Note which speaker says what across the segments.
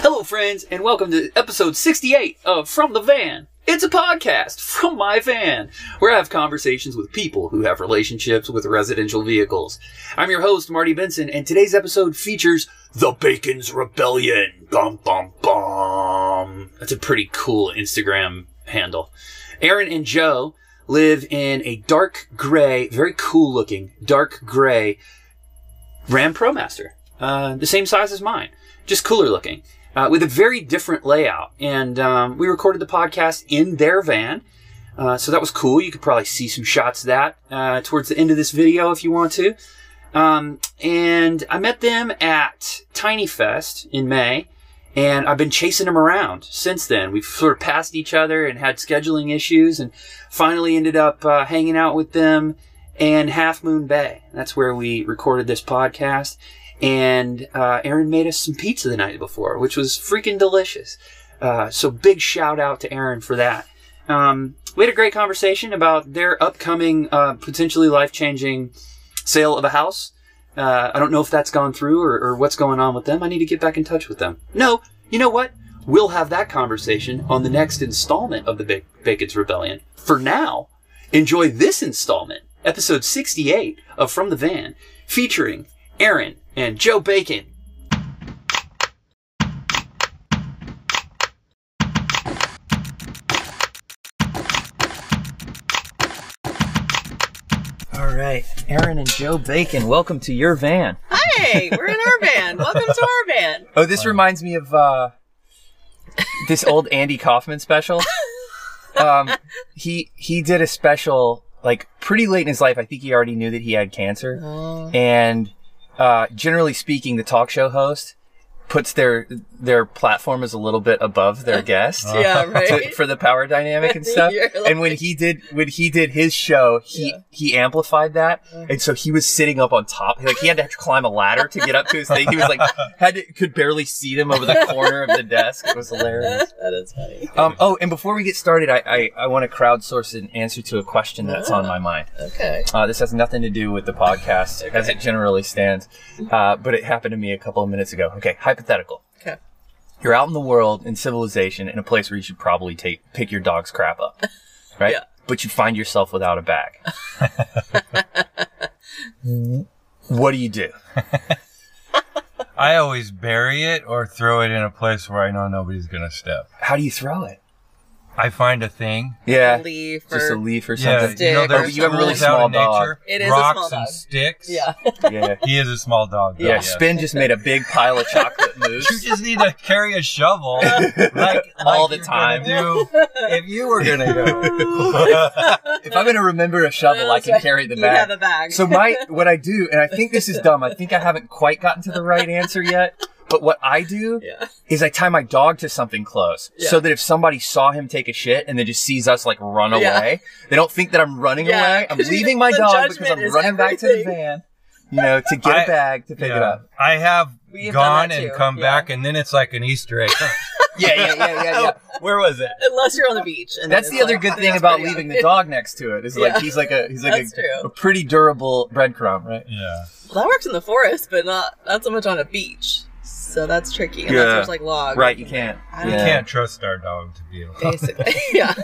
Speaker 1: Hello, friends, and welcome to episode 68 of From the Van. It's a podcast from my van where I have conversations with people who have relationships with residential vehicles. I'm your host, Marty Benson, and today's episode features The Bacon's Rebellion. Bum, bum, bum. That's a pretty cool Instagram handle. Aaron and Joe live in a dark gray, very cool looking, dark gray Ram ProMaster, uh, the same size as mine, just cooler looking, uh, with a very different layout. And um, we recorded the podcast in their van, uh, so that was cool. You could probably see some shots of that uh, towards the end of this video if you want to. Um, and I met them at Tiny Fest in May, and I've been chasing them around since then. We've sort of passed each other and had scheduling issues, and finally ended up uh, hanging out with them and Half Moon Bay. That's where we recorded this podcast. And uh, Aaron made us some pizza the night before, which was freaking delicious. Uh, so big shout out to Aaron for that. Um, we had a great conversation about their upcoming, uh, potentially life changing sale of a house. Uh, I don't know if that's gone through or, or what's going on with them. I need to get back in touch with them. No, you know what? We'll have that conversation on the next installment of the Big Bacon's Rebellion. For now, enjoy this installment, episode 68 of From the Van, featuring Aaron and Joe Bacon. All right, Aaron and Joe Bacon, welcome to your van.
Speaker 2: Hey, we're in our van. Welcome to our van.
Speaker 3: Oh, this reminds me of uh, this old Andy Kaufman special. Um, he he did a special like pretty late in his life. I think he already knew that he had cancer, and uh, generally speaking, the talk show host puts their their platform is a little bit above their guest.
Speaker 2: yeah,
Speaker 3: to,
Speaker 2: right.
Speaker 3: for the power dynamic and stuff.
Speaker 2: You're
Speaker 3: and when he did when he did his show, he he amplified that, and so he was sitting up on top. Like he had to climb a ladder to get up to his thing. He was like had to, could barely see them over the corner of the desk. It was hilarious.
Speaker 2: that is funny.
Speaker 3: Um, oh, and before we get started, I I, I want to crowdsource an answer to a question that's on my mind.
Speaker 2: Okay.
Speaker 3: Uh, this has nothing to do with the podcast as it generally stands, uh, but it happened to me a couple of minutes ago. Okay, hypothetical.
Speaker 2: Okay.
Speaker 3: You're out in the world in civilization in a place where you should probably take pick your dog's crap up, right?
Speaker 2: Yeah.
Speaker 3: But you find yourself without a bag. what do you do?
Speaker 4: I always bury it or throw it in a place where I know nobody's gonna step.
Speaker 3: How do you throw it?
Speaker 4: I find a thing.
Speaker 3: Yeah,
Speaker 2: Leaf
Speaker 3: just a
Speaker 2: or-
Speaker 3: leaf or
Speaker 4: Yeah,
Speaker 3: something.
Speaker 4: you know,
Speaker 2: Stick or
Speaker 4: there's
Speaker 2: You have a really
Speaker 4: rules out in
Speaker 3: small dog.
Speaker 4: nature.
Speaker 2: It is a
Speaker 4: Rocks
Speaker 2: small
Speaker 4: and
Speaker 2: dog.
Speaker 4: sticks.
Speaker 2: Yeah.
Speaker 3: Yeah, yeah.
Speaker 4: he is a small dog. Though, yes.
Speaker 3: Spin just made a big pile of chocolate
Speaker 4: you
Speaker 3: mousse.
Speaker 4: just need to carry a shovel like, like
Speaker 3: All the
Speaker 4: you're gonna
Speaker 3: time.
Speaker 4: Do if you were gonna go,
Speaker 3: If I'm gonna remember a shovel, I
Speaker 2: That's
Speaker 3: can
Speaker 2: right.
Speaker 3: carry the
Speaker 2: You
Speaker 3: bag.
Speaker 2: have a bag.
Speaker 3: So my what I do, and I think this is dumb. I think I haven't quite gotten to the right answer yet. But what I do
Speaker 2: yeah.
Speaker 3: is I tie my dog to something close so
Speaker 2: Yeah.
Speaker 3: that if somebody saw him take a shit and then just sees us like run
Speaker 2: Yeah.
Speaker 3: away, they don't think that I'm running
Speaker 2: Yeah,
Speaker 3: away. I'm
Speaker 2: 'cause you-
Speaker 3: leaving my
Speaker 2: the
Speaker 3: dog because
Speaker 2: judgment
Speaker 3: I'm
Speaker 2: is
Speaker 3: running back to the
Speaker 2: everything.
Speaker 3: van, you know, to get a
Speaker 4: I-
Speaker 3: bag to pick it
Speaker 4: yeah.
Speaker 3: up.
Speaker 4: I have
Speaker 2: We have done
Speaker 4: gone
Speaker 2: that
Speaker 4: and
Speaker 2: too,
Speaker 4: come
Speaker 2: yeah.
Speaker 4: back, and then it's like an Easter egg.
Speaker 3: Yeah, yeah, yeah, yeah, yeah.
Speaker 4: Where was it?
Speaker 2: Unless you're on the beach. And then
Speaker 3: That's
Speaker 2: it's
Speaker 3: the other
Speaker 2: like, oh,
Speaker 3: good
Speaker 2: that's
Speaker 3: thing about
Speaker 2: pretty
Speaker 3: leaving
Speaker 2: obvious.
Speaker 3: the dog next to it is like
Speaker 2: Yeah.
Speaker 3: he's like a he's like
Speaker 2: That's
Speaker 3: a,
Speaker 2: true.
Speaker 3: a pretty durable breadcrumb, right?
Speaker 4: Yeah.
Speaker 2: Well, that works in the forest, but not not so much on a beach. So that's tricky. Unless
Speaker 3: Yeah.
Speaker 2: there's like logs.
Speaker 3: Right, you can't.
Speaker 2: I
Speaker 4: We
Speaker 2: Yeah.
Speaker 4: can't trust our dog to be alone.
Speaker 2: Basically. yeah.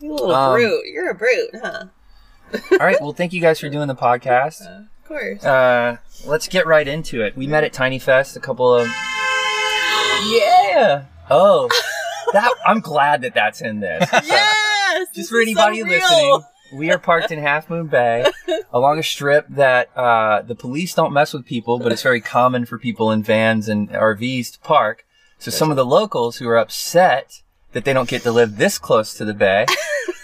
Speaker 2: you little
Speaker 3: Um,
Speaker 2: brute. You're a brute, huh?
Speaker 3: All right, well, thank you guys for doing the podcast.
Speaker 2: Uh, of course.
Speaker 3: Uh, let's get right into it. We met at Tiny Fest a couple of. Yeah. Oh, that I'm glad that that's in this.
Speaker 2: yes.
Speaker 3: Just
Speaker 2: this
Speaker 3: for
Speaker 2: is so
Speaker 3: anybody
Speaker 2: real.
Speaker 3: listening, we are parked in Half Moon Bay along a strip that uh, the police don't mess with people, but it's very common for people in vans and RVs to park. So some of the locals who are upset that they don't get to live this close to the bay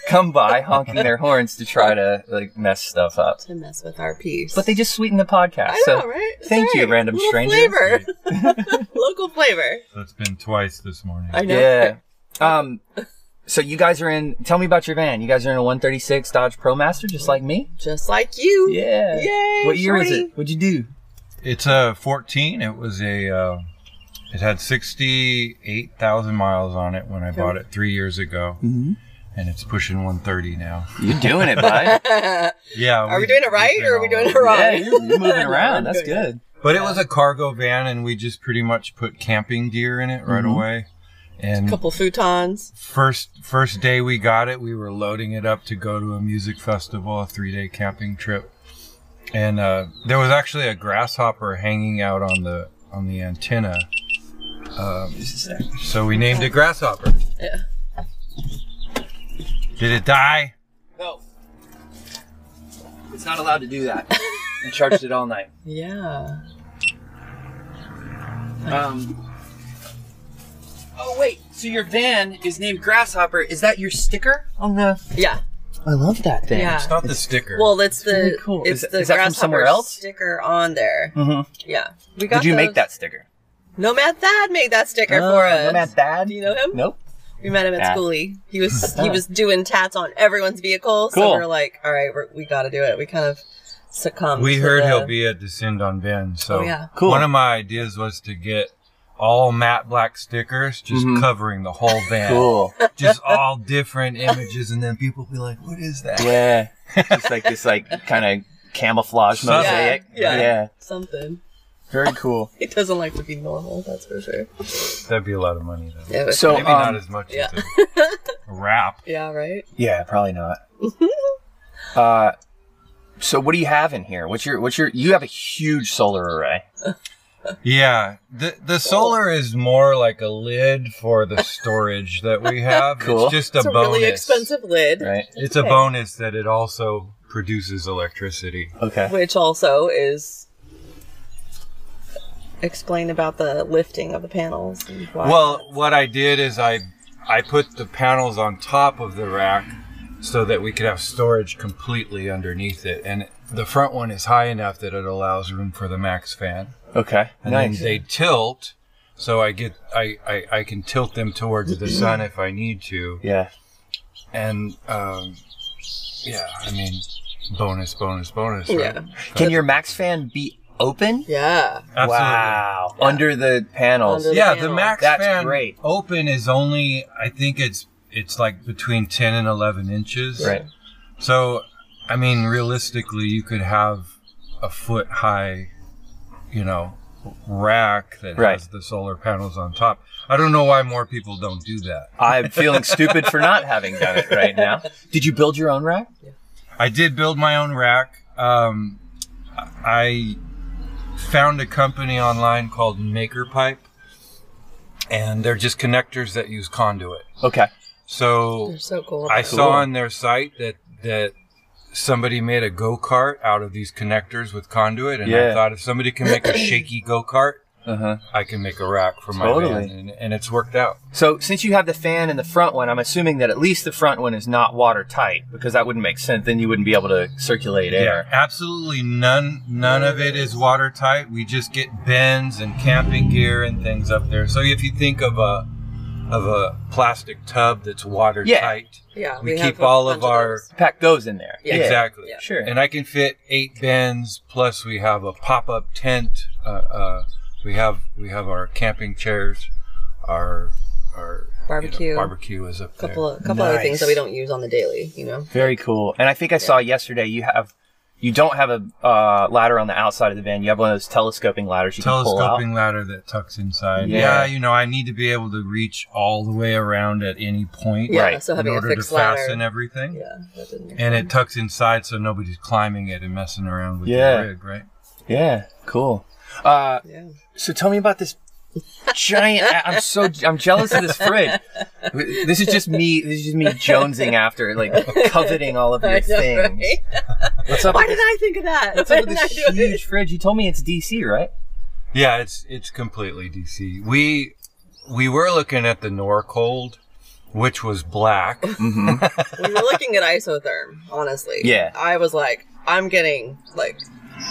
Speaker 3: come by honking their horns to try to like mess stuff up.
Speaker 2: To mess with our peace.
Speaker 3: But they just sweeten the podcast.
Speaker 2: I
Speaker 3: so
Speaker 2: know, right? That's
Speaker 3: thank you,
Speaker 2: right.
Speaker 3: random
Speaker 2: Little
Speaker 3: stranger.
Speaker 2: Flavor. Local flavor.
Speaker 4: That's been twice this morning.
Speaker 2: I know.
Speaker 3: Yeah. Um. So you guys are in. Tell me about your van. You guys are in a 136 Dodge ProMaster, just like me.
Speaker 2: Just like you.
Speaker 3: Yeah.
Speaker 2: Yay.
Speaker 3: What year is
Speaker 2: shorty.
Speaker 3: it? What'd you do?
Speaker 4: It's a 14. It was a. Uh, it had 68,000 miles on it when I bought it three years ago,
Speaker 3: Mm-hmm.
Speaker 4: and it's pushing 130 now.
Speaker 3: You're doing it, bud.
Speaker 4: Yeah.
Speaker 2: Are we doing it right or are we doing it wrong?
Speaker 3: yeah, you're, you're moving around. That's
Speaker 2: Doing it.
Speaker 3: good.
Speaker 4: But it was a cargo van, and we just pretty much put camping gear in it right away.
Speaker 2: Mm-hmm. A
Speaker 4: And
Speaker 2: couple futons.
Speaker 4: first first day we got it, we were loading it up to go to a music festival, a three day camping trip, and uh, there was actually a grasshopper hanging out on the on the antenna. Um, so we named it grasshopper.
Speaker 2: Yeah.
Speaker 4: Did it die?
Speaker 3: No. It's not allowed to do that. I charged it all night.
Speaker 2: Yeah.
Speaker 3: Um. Oh wait. So your van is named Grasshopper. Is that your sticker on the?
Speaker 2: Yeah.
Speaker 3: I love that thing.
Speaker 2: Yeah.
Speaker 4: It's not the sticker.
Speaker 2: Well, it's the
Speaker 3: really cool.
Speaker 2: it's
Speaker 3: Is-
Speaker 2: the
Speaker 3: is that from
Speaker 2: grasshopper
Speaker 3: somewhere else?
Speaker 2: sticker on there.
Speaker 3: Mm-hmm.
Speaker 2: Yeah. We got
Speaker 3: Did you make
Speaker 2: those-
Speaker 3: that sticker? Oh,
Speaker 2: Nomad Thad made that sticker for us.
Speaker 3: Nomad Thad?
Speaker 2: Do you know him?
Speaker 3: Nope.
Speaker 2: We met him at
Speaker 3: Nah.
Speaker 2: Schooley. He was he was doing tats on everyone's vehicle. So
Speaker 3: Cool.
Speaker 2: we are like, all right, we're, we got to do it. We kind of succumbed.
Speaker 4: We
Speaker 2: to
Speaker 4: heard
Speaker 2: the-
Speaker 4: he'll be at Descend on Ben, so
Speaker 2: Oh, yeah.
Speaker 3: Cool.
Speaker 4: one of my ideas was to get all matte black stickers just
Speaker 2: Mm-hmm.
Speaker 3: Mhm.
Speaker 4: covering the whole van.
Speaker 3: Cool.
Speaker 4: Just all different images, and then people be like, what is that?
Speaker 3: yeah. Just like this, like kind of camouflage
Speaker 4: Subtle.
Speaker 3: mosaic.
Speaker 2: Yeah. Yeah.
Speaker 3: yeah.
Speaker 2: something.
Speaker 3: Very cool.
Speaker 2: He doesn't like to be normal. That's for sure.
Speaker 4: That'd be a lot of money, though.
Speaker 2: Yeah. but-
Speaker 3: So
Speaker 4: Maybe not
Speaker 3: um,
Speaker 4: as much
Speaker 2: yeah.
Speaker 4: as a wrap.
Speaker 2: yeah. Right.
Speaker 3: Yeah, probably not. uh, so what do you have in here? What's your what's your you have a huge solar array.
Speaker 4: Yeah, the the solar is more like a lid for the storage that we have.
Speaker 3: Cool.
Speaker 4: It's just a
Speaker 2: It's a
Speaker 4: bonus.
Speaker 2: really expensive lid,
Speaker 3: Right.
Speaker 4: It's a
Speaker 2: Okay.
Speaker 4: bonus that it also produces electricity.
Speaker 3: Okay.
Speaker 2: which also is explain about the lifting of the panels. and why.
Speaker 4: Well, what I did is I I put the panels on top of the rack so that we could have storage completely underneath it. And the front one is high enough that it allows room for the max fan.
Speaker 3: Okay.
Speaker 4: And
Speaker 3: nice.
Speaker 4: then they tilt so I get I, I, I can tilt them towards the sun if I need to.
Speaker 3: yeah.
Speaker 4: And um, yeah, I mean bonus, bonus, bonus. right?
Speaker 2: yeah,
Speaker 3: Can your max fan be open?
Speaker 2: yeah.
Speaker 4: Absolutely.
Speaker 3: Wow. Under the panels.
Speaker 2: Under-
Speaker 4: yeah, the
Speaker 2: panel.
Speaker 4: max
Speaker 3: That's
Speaker 4: fan
Speaker 3: great.
Speaker 4: open is only I think it's it's like between ten and eleven inches.
Speaker 3: Right.
Speaker 4: So, I mean, realistically, you could have a foot high, you know, rack that
Speaker 3: Right.
Speaker 4: has the solar panels on top. I don't know why more people don't do that.
Speaker 3: I'm feeling stupid for not having done it right now. Did you build your own rack?
Speaker 4: I did build my own rack. Um, I found a company online called Maker Pipe, and they're just connectors that use conduit.
Speaker 3: Okay.
Speaker 4: So
Speaker 2: They're so cool.
Speaker 4: I
Speaker 2: They're
Speaker 4: saw on their site that that somebody made a go kart out of these connectors with conduit, and
Speaker 3: Yeah.
Speaker 4: I thought if somebody can make a shaky go kart,
Speaker 3: Uh huh.
Speaker 4: I can make a rack for my
Speaker 3: Totally.
Speaker 4: van, and, and it's worked out.
Speaker 3: So since you have the fan in the front one, I'm assuming that at least the front one is not watertight because that wouldn't make sense. Then you wouldn't be able to circulate air.
Speaker 4: absolutely none none of it is watertight. We just get bins and camping gear and things up there. So if you think of a of a plastic tub that's watertight,
Speaker 2: yeah,
Speaker 4: we
Speaker 2: have
Speaker 4: keep
Speaker 2: a
Speaker 4: all of
Speaker 2: bunch
Speaker 4: our-
Speaker 2: those.
Speaker 3: Pack those in there.
Speaker 2: Yeah.
Speaker 4: exactly.
Speaker 2: Yeah.
Speaker 3: Sure.
Speaker 4: And I can fit eight bins. Plus, we have a pop-up tent. Uh, uh, we have we have our camping chairs, our our you know,
Speaker 2: Barbecue.
Speaker 4: barbecue is up there.
Speaker 2: couple of couple other things that we don't use on the daily. You know.
Speaker 3: Very cool. And I think I saw yesterday you have you don't have a uh, ladder on the outside of the van. You have one of those telescoping ladders you can
Speaker 4: Telescoping ladder that tucks inside.
Speaker 3: Yeah.
Speaker 4: Yeah. you know, I need to be able to reach all the way around at any point
Speaker 2: Yeah.
Speaker 3: Right.
Speaker 2: So
Speaker 4: in
Speaker 2: having a
Speaker 4: order to
Speaker 2: fixed ladder.
Speaker 4: fasten everything.
Speaker 2: Yeah. That didn't make
Speaker 4: And it tucks inside so nobody's climbing it and messing around with
Speaker 3: Yeah.
Speaker 4: the rig, right?
Speaker 3: pull out. Yeah. Cool. Uh,
Speaker 2: Yeah.
Speaker 3: so tell me about this giant. I'm so I'm jealous of this fridge. This is just me. This is just me jonesing after like coveting all of your
Speaker 2: I know,
Speaker 3: things.
Speaker 2: right?
Speaker 3: What's up?
Speaker 2: Why
Speaker 3: with
Speaker 2: did I think of that?
Speaker 3: What's
Speaker 2: Why
Speaker 3: up with
Speaker 2: didn't
Speaker 3: this
Speaker 2: I do it?
Speaker 3: huge fridge? You told me it's DC, right?
Speaker 4: Yeah, it's it's completely DC. We we were looking at the Norcold, which was black.
Speaker 2: Mm-hmm. we were looking at isotherm, honestly.
Speaker 3: Yeah.
Speaker 2: I was like, I'm getting like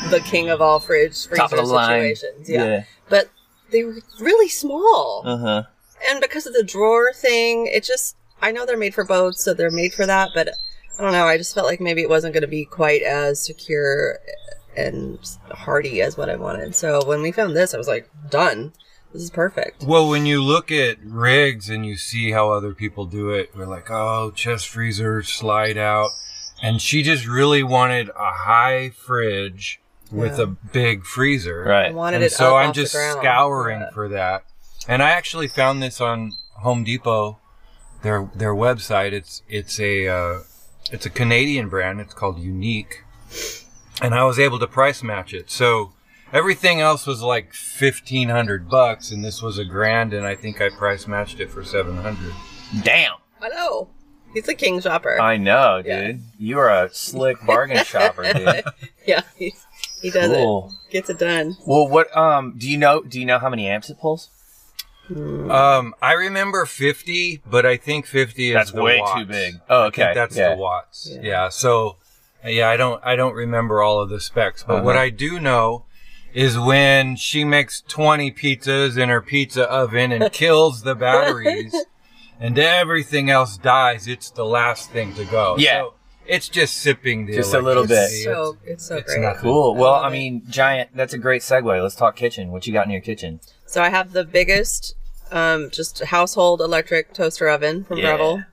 Speaker 2: the king of all fridge freezer
Speaker 3: Top of the line.
Speaker 2: situations. Yeah. But they were really small.
Speaker 3: Uh huh.
Speaker 2: And because of the drawer thing, it just I know they're made for boats, so they're made for that, but I don't know, I just felt like maybe it wasn't gonna be quite as secure and hardy as what I wanted. So when we found this, I was like, done. This is perfect.
Speaker 4: Well, when you look at rigs and you see how other people do it, we're like, oh, chest freezer, slide out. And she just really wanted a high fridge with
Speaker 2: Yeah.
Speaker 4: a big freezer.
Speaker 2: I
Speaker 3: Right.
Speaker 2: wanted
Speaker 4: And
Speaker 2: it
Speaker 4: so
Speaker 2: up
Speaker 4: I'm
Speaker 2: off the
Speaker 4: just
Speaker 2: ground.
Speaker 4: scouring
Speaker 2: Yeah.
Speaker 4: for that. And I actually found this on Home Depot, their their website. It's it's a uh, it's a Canadian brand. It's called Unique, and I was able to price match it. So everything else was like fifteen hundred bucks, and this was a grand, and I think I price matched it for seven hundred.
Speaker 3: Damn.
Speaker 2: I know. He's a king shopper.
Speaker 4: Uh,
Speaker 3: I know, dude.
Speaker 2: Yeah.
Speaker 3: You are a slick bargain shopper, dude.
Speaker 2: yeah, he, he does
Speaker 3: Cool.
Speaker 2: it. Gets it done.
Speaker 3: Well, what um do you know do you know how many amps it pulls?
Speaker 4: Um, I remember fifty, but I think fifty is
Speaker 3: That's
Speaker 4: the
Speaker 3: way
Speaker 4: watts.
Speaker 3: too big. Oh,
Speaker 4: I think
Speaker 3: okay.
Speaker 4: that's
Speaker 3: Yeah.
Speaker 4: the watts.
Speaker 2: Yeah.
Speaker 4: Yeah. So, yeah, I don't I don't remember all of the specs, but what
Speaker 3: Uh-huh.
Speaker 4: I do know is when she makes twenty pizzas in her pizza oven and kills the batteries, and everything else dies, it's the last thing to go.
Speaker 3: Yeah.
Speaker 4: So it's just sipping the
Speaker 3: Just a little bit.
Speaker 4: electricity. It's-
Speaker 2: So it's so
Speaker 4: it's
Speaker 2: great.
Speaker 4: not-
Speaker 3: Cool. Well,
Speaker 2: love
Speaker 3: I
Speaker 2: it.
Speaker 3: mean, giant. That's a great segue. Let's talk kitchen. What you got in your kitchen?
Speaker 2: So I have the biggest, um, just household electric toaster oven from
Speaker 3: Yeah.
Speaker 2: Breville.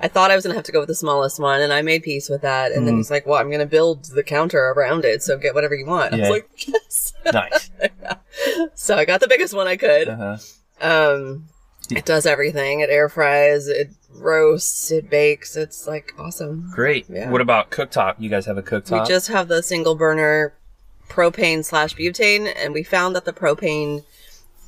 Speaker 2: I thought I was gonna have to go with the smallest one, and I made peace with that. And
Speaker 4: Mm.
Speaker 2: then he's like, "Well, I'm gonna build the counter around it, so get whatever you want." I was
Speaker 3: Yeah.
Speaker 2: like, "Yes."
Speaker 3: Nice.
Speaker 2: so I got the biggest one I could.
Speaker 3: Uh-huh.
Speaker 2: Um, it does everything. It air fries. It roasts. It bakes. It's like awesome.
Speaker 3: Great.
Speaker 2: Yeah.
Speaker 3: What about cooktop? You guys have a cooktop?
Speaker 2: We just have the single burner propane slash butane, and we found that the propane,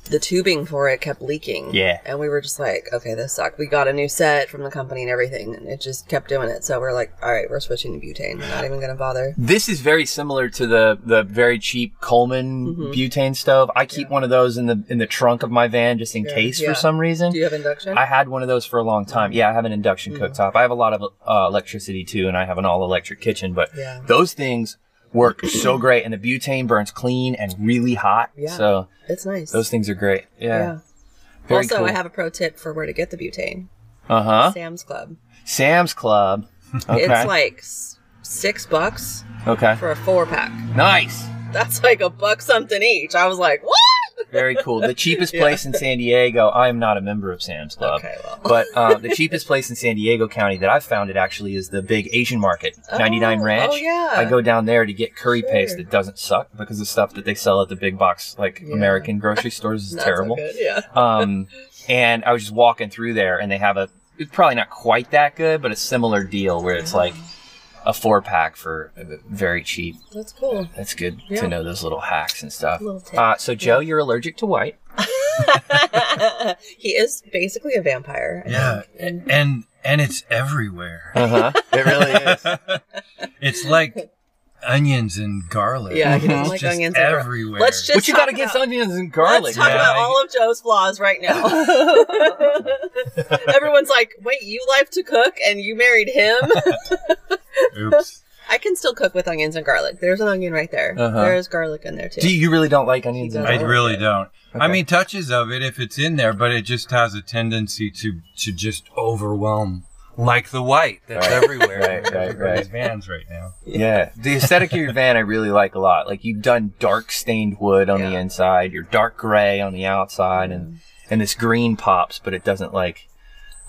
Speaker 2: the tubing for it kept leaking.
Speaker 3: Yeah.
Speaker 2: And we were just like, okay, this sucked. We got a new set from the company and everything, and it just kept doing it. So we're like, all right, we're switching to butane. We're not even going to bother.
Speaker 3: This is very similar to the the very cheap Coleman
Speaker 2: Mhm.
Speaker 3: butane stove. I keep one of those in the in the trunk of my van just in
Speaker 2: Yeah.
Speaker 3: case
Speaker 2: Yeah.
Speaker 3: for some reason.
Speaker 2: Do you have induction?
Speaker 3: I had one of those for a long time. Yeah, I have an induction
Speaker 2: Mm-hmm.
Speaker 3: cooktop. I have a lot of uh, electricity too, and I have an all electric kitchen. But
Speaker 2: Yeah.
Speaker 3: those things work so great, and the butane burns clean and really hot.
Speaker 2: Yeah.
Speaker 3: So
Speaker 2: it's nice.
Speaker 3: those things are great. Yeah. Very
Speaker 2: Also,
Speaker 3: cool.
Speaker 2: I have a pro tip for where to get the butane.
Speaker 3: Uh huh.
Speaker 2: Sam's Club.
Speaker 3: Sam's Club. Okay.
Speaker 2: It's like s- six bucks
Speaker 3: okay.
Speaker 2: for a four pack.
Speaker 3: Nice.
Speaker 2: That's like a buck something each. I was like, what?
Speaker 3: Very cool. The cheapest place in San Diego. I am not a member of Sam's Club.
Speaker 2: Okay, well.
Speaker 3: But uh, the cheapest place in San Diego County that I've found it actually is the big Asian market, 99
Speaker 2: Oh,
Speaker 3: Ranch.
Speaker 2: oh, yeah.
Speaker 3: I go down there to get curry
Speaker 2: Sure.
Speaker 3: paste that doesn't suck because the stuff that they sell at the big box, like
Speaker 2: Yeah.
Speaker 3: American grocery stores, is
Speaker 2: Not so
Speaker 3: terrible.
Speaker 2: good, Yeah.
Speaker 3: um, and I was just walking through there, and they have a it's probably not quite that good, but a similar deal where it's like a four pack for uh, very cheap.
Speaker 2: That's cool.
Speaker 3: That's good
Speaker 2: Yeah.
Speaker 3: to know those little hacks and stuff.
Speaker 2: Little tips,
Speaker 3: Uh, so Joe, you're allergic to white.
Speaker 2: he is basically a vampire. I
Speaker 4: Yeah,
Speaker 2: think.
Speaker 4: a- and and it's everywhere.
Speaker 3: Uh huh. it really is.
Speaker 4: It's like onions and garlic.
Speaker 2: Yeah, he
Speaker 3: Mhm.
Speaker 2: doesn't
Speaker 4: It's
Speaker 2: like
Speaker 4: just
Speaker 2: onions. and garlic.
Speaker 4: everywhere.
Speaker 2: Let's just
Speaker 3: What you
Speaker 2: talk
Speaker 3: got against
Speaker 2: about,
Speaker 3: onions and garlic?
Speaker 2: Let's talk
Speaker 4: yeah.
Speaker 2: about all of Joe's flaws right now. Everyone's like, "Wait, you like to cook and you married him?"
Speaker 4: Oops.
Speaker 2: I can still cook with onions and garlic. There's an onion right there.
Speaker 3: Uh-huh.
Speaker 2: There is garlic in there too.
Speaker 3: Do you really don't like onions and
Speaker 2: He
Speaker 4: I
Speaker 3: garlic?
Speaker 2: doesn't.
Speaker 4: really don't. I
Speaker 3: Okay.
Speaker 4: mean, touches of it if it's in there, but it just has a tendency to to just overwhelm, like the white that's
Speaker 3: Right.
Speaker 4: everywhere.
Speaker 3: Right, right,
Speaker 4: Everybody's
Speaker 3: right.
Speaker 4: vans right now.
Speaker 3: Yeah, the aesthetic of your van I really like a lot. Like you've done dark stained wood on the
Speaker 2: Yeah. Mm-hmm.
Speaker 3: inside, your dark gray on the outside, and and this green pops, but it doesn't like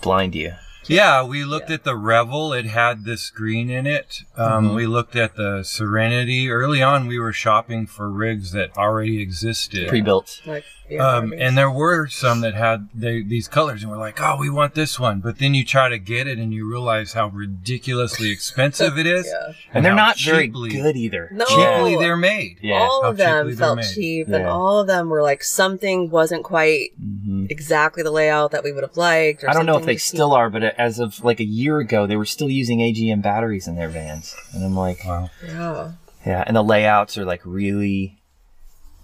Speaker 3: blind you.
Speaker 4: Yeah, we looked at the Revel. It had this green in it. Um,
Speaker 3: Mm-hmm.
Speaker 4: We looked at the Serenity. Early on, we were shopping for rigs that already existed.
Speaker 3: Pre built.
Speaker 2: Like, yeah,
Speaker 4: Um,
Speaker 2: onions.
Speaker 4: and there were some that had they, these colors, and we're like, oh, we want this one. But then you try to get it, and you realize how ridiculously expensive it is.
Speaker 2: Yeah.
Speaker 3: And they're
Speaker 4: how
Speaker 3: not very
Speaker 4: cheaply-
Speaker 3: good either.
Speaker 2: No.
Speaker 4: Cheaply they're made.
Speaker 3: Yeah.
Speaker 2: all
Speaker 4: How
Speaker 2: of them
Speaker 4: cheaply they're
Speaker 2: felt
Speaker 4: made.
Speaker 2: cheap, and
Speaker 3: Yeah.
Speaker 2: all of them were like something wasn't quite
Speaker 3: Mhm.
Speaker 2: exactly the layout that we would have liked. Or
Speaker 3: I don't know if
Speaker 2: something
Speaker 3: they
Speaker 2: just
Speaker 3: still are, but as of like a year ago, they were still using AGM batteries in their vans. And I'm like,
Speaker 4: Wow.
Speaker 2: seemed- Yeah.
Speaker 3: yeah. And the layouts are like really,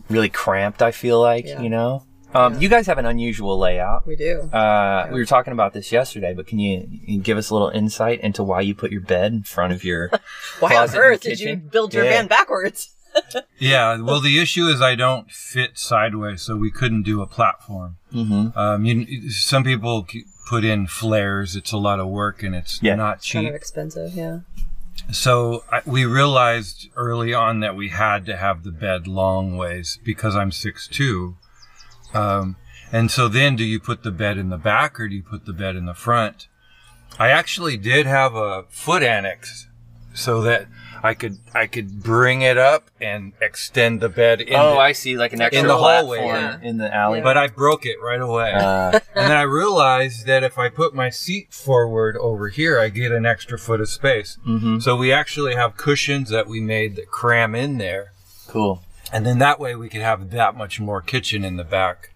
Speaker 3: really cramped, I feel like,
Speaker 2: Yeah.
Speaker 3: you know? Um, You guys have an unusual layout.
Speaker 2: We do.
Speaker 3: Uh, we were talking about this yesterday, but can you, you give us a little insight into why you put your bed in front of your?
Speaker 2: Why on
Speaker 3: closet and
Speaker 2: earth did you
Speaker 3: kitchen?
Speaker 2: build your
Speaker 3: Yeah.
Speaker 2: van backwards?
Speaker 4: Yeah. Well, the issue is I don't fit sideways, so we couldn't do a platform.
Speaker 3: Mhm.
Speaker 4: Um, you, some people c- put in flares. It's a lot of work, and it's
Speaker 3: Yeah.
Speaker 4: not
Speaker 2: Kind of
Speaker 4: cheap.
Speaker 2: expensive, yeah.
Speaker 4: So I, we realized early on that we had to have the bed long ways because I'm six two. Um, and so then, do you put the bed in the back or do you put the bed in the front? I actually did have a foot annex so that I could I could bring it up and extend the bed in.
Speaker 3: oh,
Speaker 4: the-
Speaker 3: I see, like an extra
Speaker 4: the hallway,
Speaker 3: platform
Speaker 2: yeah.
Speaker 3: in the alley.
Speaker 4: but I broke it right away.
Speaker 3: uh,
Speaker 4: and then I realized that if I put my seat forward over here, I get an extra foot of space.
Speaker 3: mhm.
Speaker 4: So we actually have cushions that we made that cram in there.
Speaker 3: cool.
Speaker 4: And then that way we could have that much more kitchen in the back,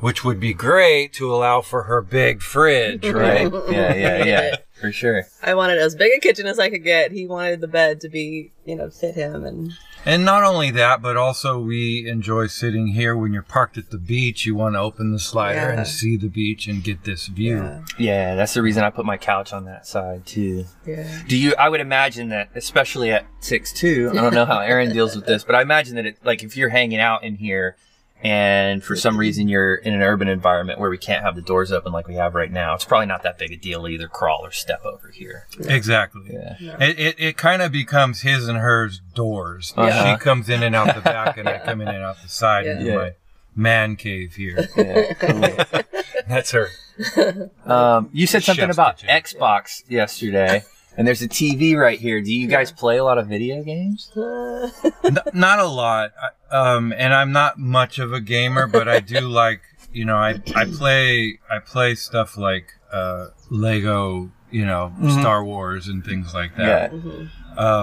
Speaker 4: which would be great to allow for her big fridge,
Speaker 3: Right?
Speaker 4: right?
Speaker 3: yeah, yeah, yeah. For sure.
Speaker 2: I wanted as big a kitchen as I could get. He wanted the bed to be, you know, fit him and
Speaker 4: and not only that, but also we enjoy sitting here when you're parked at the beach. You want to open the slider
Speaker 2: Yeah.
Speaker 4: and see the beach and get this view.
Speaker 2: yeah.
Speaker 3: Yeah, that's the reason I put my couch on that side too.
Speaker 2: yeah.
Speaker 3: Do you? I would imagine that, especially at six two. I don't know how Aaron deals with this, but I imagine that it, like if you're hanging out in here, and for some reason you're in an urban environment where we can't have the doors open like we have right now, it's probably not that big a deal to either crawl or step over here.
Speaker 4: Exactly.
Speaker 3: Yeah.
Speaker 4: It, it, it kind of becomes his and hers doors.
Speaker 3: Yeah.
Speaker 4: She comes in and out the back, and I come in and out the side
Speaker 2: Uh-huh. Yeah.
Speaker 4: into
Speaker 3: Yeah.
Speaker 4: my man cave here.
Speaker 3: Yeah. Cool.
Speaker 4: That's her.
Speaker 3: um, you said something
Speaker 4: Chef's
Speaker 3: about
Speaker 4: kitchen.
Speaker 3: Xbox yesterday, and there's a TV right here. Do you guys play a lot of video games?
Speaker 2: Uh,
Speaker 4: N- not a lot. I- Um, and I'm not much of a gamer, but I do like, you know, I, I play I play stuff like uh, Lego, you know,
Speaker 3: Mhm.
Speaker 4: Star Wars and things like that.
Speaker 2: mhm.
Speaker 4: Um,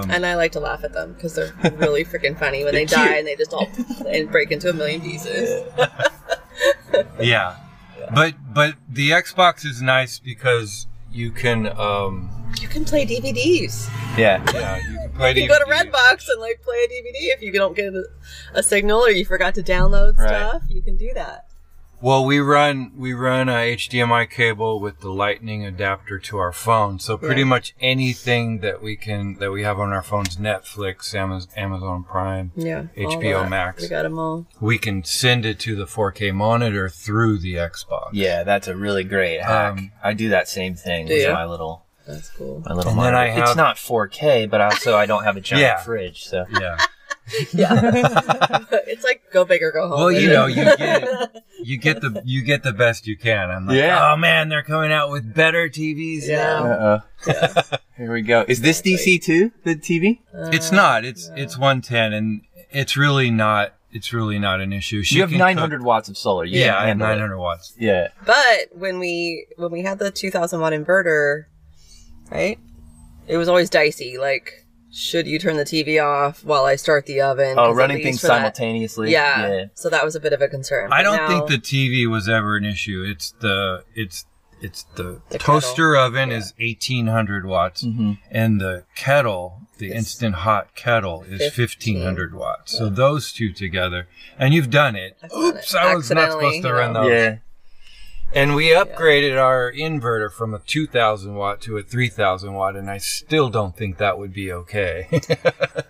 Speaker 2: Mm-hmm. And I like to laugh at them because they're really freaking funny when they
Speaker 3: They're cute.
Speaker 2: die and they just all and break into a million pieces.
Speaker 4: yeah. But but the Xbox is nice because you can um,
Speaker 2: You can play DVDs.
Speaker 3: Yeah.
Speaker 4: yeah you can play
Speaker 2: You can go to
Speaker 4: DVDs.
Speaker 2: Redbox and like play a DVD if you don't get a, a signal or you forgot to download
Speaker 3: Right.
Speaker 2: stuff. You can do that.
Speaker 4: Well, we run we run a HDMI cable with the lightning adapter to our phone. So pretty
Speaker 2: Yeah.
Speaker 4: much anything that we can that we have on our phones, Netflix, Amaz- Amazon Prime,
Speaker 2: Yeah. all
Speaker 4: HBO
Speaker 2: that.
Speaker 4: Max.
Speaker 2: We got them all.
Speaker 4: we can send it to the 4K monitor through the Xbox.
Speaker 3: Yeah, that's a really great hack.
Speaker 4: Um,
Speaker 3: I do that same thing
Speaker 2: Do
Speaker 3: with
Speaker 2: ya?
Speaker 3: my little
Speaker 2: That's cool.
Speaker 3: My little
Speaker 4: And then
Speaker 3: monitor.
Speaker 4: I
Speaker 3: It's
Speaker 4: have-
Speaker 3: not 4K, but also I don't have a giant
Speaker 4: Yeah.
Speaker 3: fridge, so
Speaker 4: Yeah.
Speaker 2: it's like go big or go home.
Speaker 4: Well, you
Speaker 2: isn't
Speaker 4: know,
Speaker 2: it?
Speaker 4: you get you get the you get the best you can. I'm like,
Speaker 3: Yeah.
Speaker 4: oh man, they're coming out with better TVs
Speaker 2: Yeah.
Speaker 4: now.
Speaker 3: uh Here we go. Is this DC too? The TV?
Speaker 2: Uh,
Speaker 4: It's not. It's it's 110, and it's really not. It's really not an issue. She
Speaker 3: you have
Speaker 4: can cook-
Speaker 3: 900 watts of solar. You
Speaker 4: Yeah,
Speaker 3: can
Speaker 4: I have
Speaker 3: handle it.
Speaker 4: 900 watts.
Speaker 3: Yeah.
Speaker 2: But when we when we had the 2000 watt inverter, right? It was always dicey. Like, should you turn the TV off while I start the oven?
Speaker 3: Oh,
Speaker 2: 'Cause it
Speaker 3: running
Speaker 2: leaves
Speaker 3: things
Speaker 2: for that-
Speaker 3: simultaneously.
Speaker 2: Yeah. So that was a bit of a concern. But
Speaker 4: I don't
Speaker 2: now-
Speaker 4: think the TV was ever an issue. It's the it's it's the,
Speaker 2: The
Speaker 4: toaster oven is eighteen hundred watts,
Speaker 3: Mhm.
Speaker 4: and the kettle, the
Speaker 2: It's
Speaker 4: instant hot kettle, is
Speaker 2: 15.
Speaker 4: fifteen hundred watts. So those two together, and you've done it.
Speaker 2: I've done
Speaker 4: Oops,
Speaker 2: it.
Speaker 4: I was not
Speaker 2: Accidentally,
Speaker 4: supposed to
Speaker 2: you
Speaker 4: run
Speaker 2: know.
Speaker 4: those.
Speaker 3: Yeah.
Speaker 4: And we upgraded our inverter from a two thousand watt to a three thousand watt, and I still don't think that would be okay.
Speaker 2: I-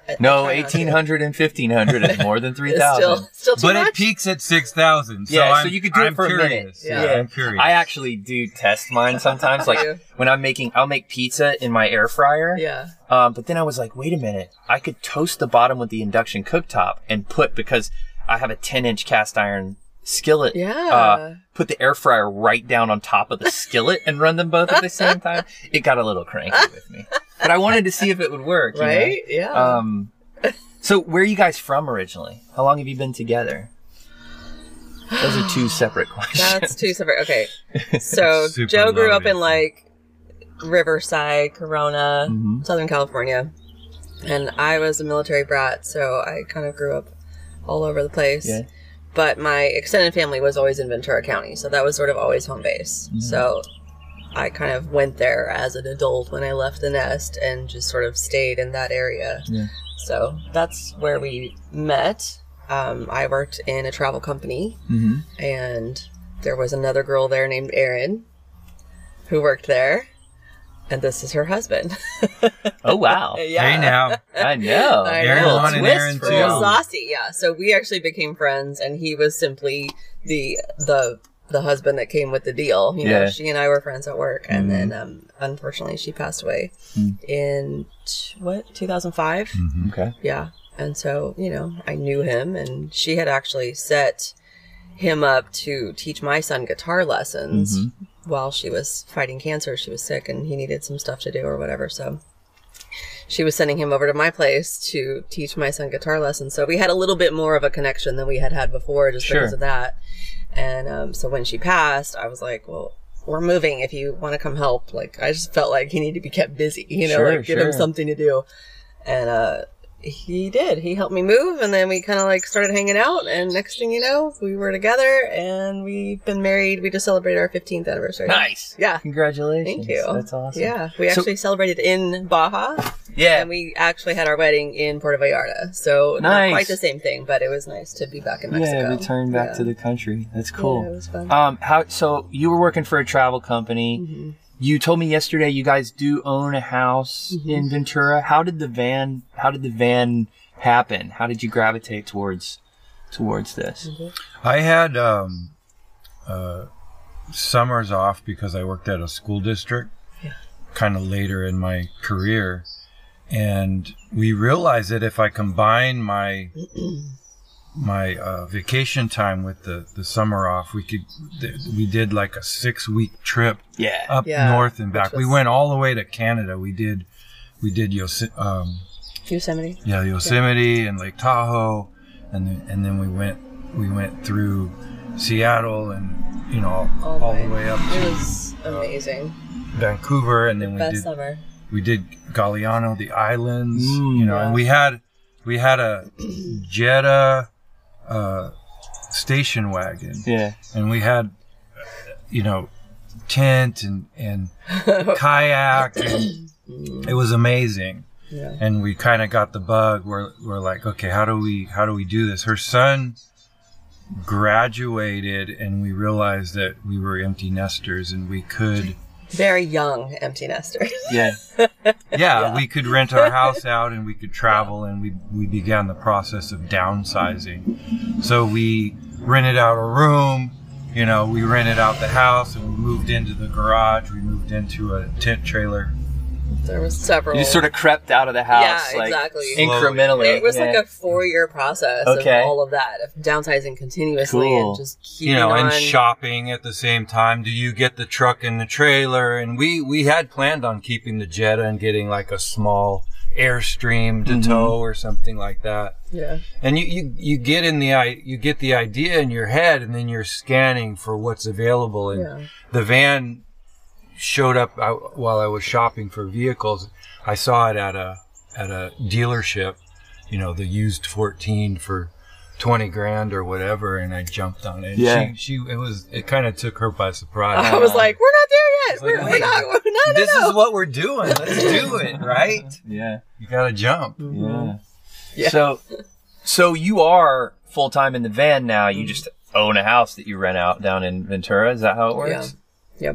Speaker 2: I
Speaker 3: No,
Speaker 2: try not to.
Speaker 3: 1800 and 1500 is more than
Speaker 2: It's still
Speaker 3: 3000.
Speaker 2: still too
Speaker 4: but
Speaker 2: much.
Speaker 4: it peaks at six thousand. So
Speaker 3: Yeah, so
Speaker 4: I'm,
Speaker 3: you could do it
Speaker 4: I'm
Speaker 3: for a minute.
Speaker 4: curious.
Speaker 2: Yeah.
Speaker 4: I'm curious.
Speaker 3: I actually do test mine sometimes. Like
Speaker 2: Yeah.
Speaker 3: when I'm making, I'll make pizza in my air fryer.
Speaker 2: yeah.
Speaker 3: Um, but then I was like, wait a minute, I could toast the bottom with the induction cooktop and put because I have a 10 inch cast iron skillet.
Speaker 2: Yeah.
Speaker 3: Uh, put the air fryer right down on top of the skillet and run them both at the same time. It got a little cranky with me, but I wanted to see if it would work. you know?
Speaker 2: Right? Yeah.
Speaker 3: Um, so where are you guys from originally? How long have you been together? Those are two separate questions.
Speaker 2: That's two separate. Okay. So
Speaker 4: Super
Speaker 2: Joe grew up
Speaker 4: loaded.
Speaker 2: in like Riverside, Corona,
Speaker 3: Mhm.
Speaker 2: Southern California. And I was a military brat, so I kind of grew up all over the place.
Speaker 3: Yeah.
Speaker 2: But my extended family was always in Ventura County, so that was sort of always home base.
Speaker 3: Mm-hmm.
Speaker 2: So I kind of went there as an adult when I left the nest and just sort of stayed in that area.
Speaker 3: Yeah.
Speaker 2: So that's where we met. Um, I worked in a travel company
Speaker 3: hmm
Speaker 2: and there was another girl there named Erin who worked there. And this is her husband.
Speaker 3: Oh wow!
Speaker 2: yeah.
Speaker 4: Hey now.
Speaker 3: I know.
Speaker 2: I
Speaker 3: A
Speaker 2: know.
Speaker 3: little
Speaker 4: Aaron and
Speaker 3: twist
Speaker 4: Aaron
Speaker 3: for
Speaker 4: too.
Speaker 2: Real
Speaker 3: y'all.
Speaker 2: saucy, yeah. So we actually became friends and he was simply the the the husband that came with the deal. You
Speaker 3: Yeah. Mm-hmm.
Speaker 2: know, she and I were friends at work and then um unfortunately she passed away
Speaker 3: Hmm.
Speaker 2: in t- what, two thousand five?
Speaker 3: Mm-hmm. Okay.
Speaker 2: Yeah. And so, you know, I knew him and she had actually set him up to teach my son guitar lessons
Speaker 3: Mm-hmm.
Speaker 2: while she was fighting cancer. She was sick and he needed some stuff to do or whatever. So she was sending him over to my place to teach my son guitar lessons. So we had a little bit more of a connection than we had had before, just
Speaker 3: Sure.
Speaker 2: because of that. And um, so when she passed, I was like, well. We're moving. If you want to come help, like I just felt like he needed to be kept busy, you know,
Speaker 3: Sure,
Speaker 2: like give him
Speaker 3: sure.
Speaker 2: something to do. And uh, he did. He helped me move, and then we kind of like started hanging out. And next thing you know, we were together, and we've been married. We just celebrated our 15th anniversary.
Speaker 1: Nice.
Speaker 2: Yeah.
Speaker 3: Congratulations.
Speaker 2: Thank you.
Speaker 3: That's awesome.
Speaker 2: Yeah, we
Speaker 3: So-
Speaker 2: actually celebrated in Baja,
Speaker 3: Yeah.
Speaker 2: and we actually had our wedding in Puerto Vallarta. So
Speaker 3: Nice.
Speaker 2: not quite the same thing, but it was nice to be back in Mexico.
Speaker 3: Yeah, return back
Speaker 2: Yeah.
Speaker 3: to the country. That's
Speaker 2: Yeah, Mm-hmm. it
Speaker 3: cool.
Speaker 2: was fun.
Speaker 3: um, how? So you were working for a travel company. You told me yesterday you guys do own a house
Speaker 2: Mm-hmm.
Speaker 3: in Ventura. How did the van? How did the van happen? How did you gravitate towards towards this?
Speaker 2: Mm-hmm.
Speaker 4: I had um, uh, summers off because I worked at a school district kind of later in my career. And we realized that if I combine my my uh, vacation time with the, the summer off, we could th- we did like a six week trip
Speaker 3: Yeah.
Speaker 4: up
Speaker 2: Yeah,
Speaker 4: north and back.
Speaker 2: was-
Speaker 4: We went all the way to Canada. We did we did Yos- um,
Speaker 2: Yosemite.
Speaker 4: yeah, Yosemite and Lake Tahoe, and then, and then we went we went through Seattle and you know all,
Speaker 2: Oh,
Speaker 4: the
Speaker 2: my.
Speaker 4: way up
Speaker 2: It
Speaker 4: to
Speaker 2: was amazing.
Speaker 4: Vancouver, and then we
Speaker 2: Best
Speaker 4: did
Speaker 2: summer.
Speaker 4: we did Galliano, the islands,
Speaker 3: Mm.
Speaker 4: you know, and we had we had a Jetta uh, station wagon,
Speaker 3: Yeah.
Speaker 4: and we had uh, you know tent and and kayak. And it was amazing
Speaker 2: Yeah.
Speaker 4: and we kind of got the bug. We're we're like, okay, how do we how do we do this? Her son graduated, and we realized that we were empty nesters, and we could,
Speaker 2: Very young empty nester.
Speaker 3: Yeah.
Speaker 4: yeah, we could rent our house out, and we could travel, and we we began the process of downsizing. So we rented out a room. You know, we rented out the house and we moved into the garage. We moved into a tent trailer.
Speaker 2: there was several.
Speaker 3: You sort of crept out of the house.
Speaker 2: Yeah,
Speaker 3: like,
Speaker 2: exactly.
Speaker 3: Incrementally.
Speaker 2: It was like
Speaker 3: Yeah.
Speaker 2: a four year process
Speaker 3: Okay.
Speaker 2: of all of that, of downsizing continuously
Speaker 3: Cool.
Speaker 2: and just keeping
Speaker 4: you know,
Speaker 2: on.
Speaker 4: and shopping at the same time. Do you get the truck and the trailer? And we we had planned on keeping the Jetta and getting like a small Airstream to tow or something like that.
Speaker 2: yeah.
Speaker 4: And you you you get in the i you get the idea in your head, and then you're scanning for what's available. And
Speaker 2: Yeah.
Speaker 4: the van showed up I, while I was shopping for vehicles. I saw it at a at a dealership, you know, the used 14 for 20 grand or whatever, and I jumped on it.
Speaker 3: Yeah.
Speaker 4: She, she it was it kind of took her by surprise.
Speaker 2: I
Speaker 3: Uh,
Speaker 2: was like, we're not there yet.
Speaker 4: like,
Speaker 2: We're, we're
Speaker 4: wait,
Speaker 2: not. We're not.
Speaker 4: this is what we're doing. Let's do it, right?
Speaker 3: Yeah.
Speaker 4: You gotta jump.
Speaker 3: Yeah.
Speaker 2: Yeah.
Speaker 3: So, so you are full time in the van now. You just own a house that you rent out down in Ventura. Is that how it works?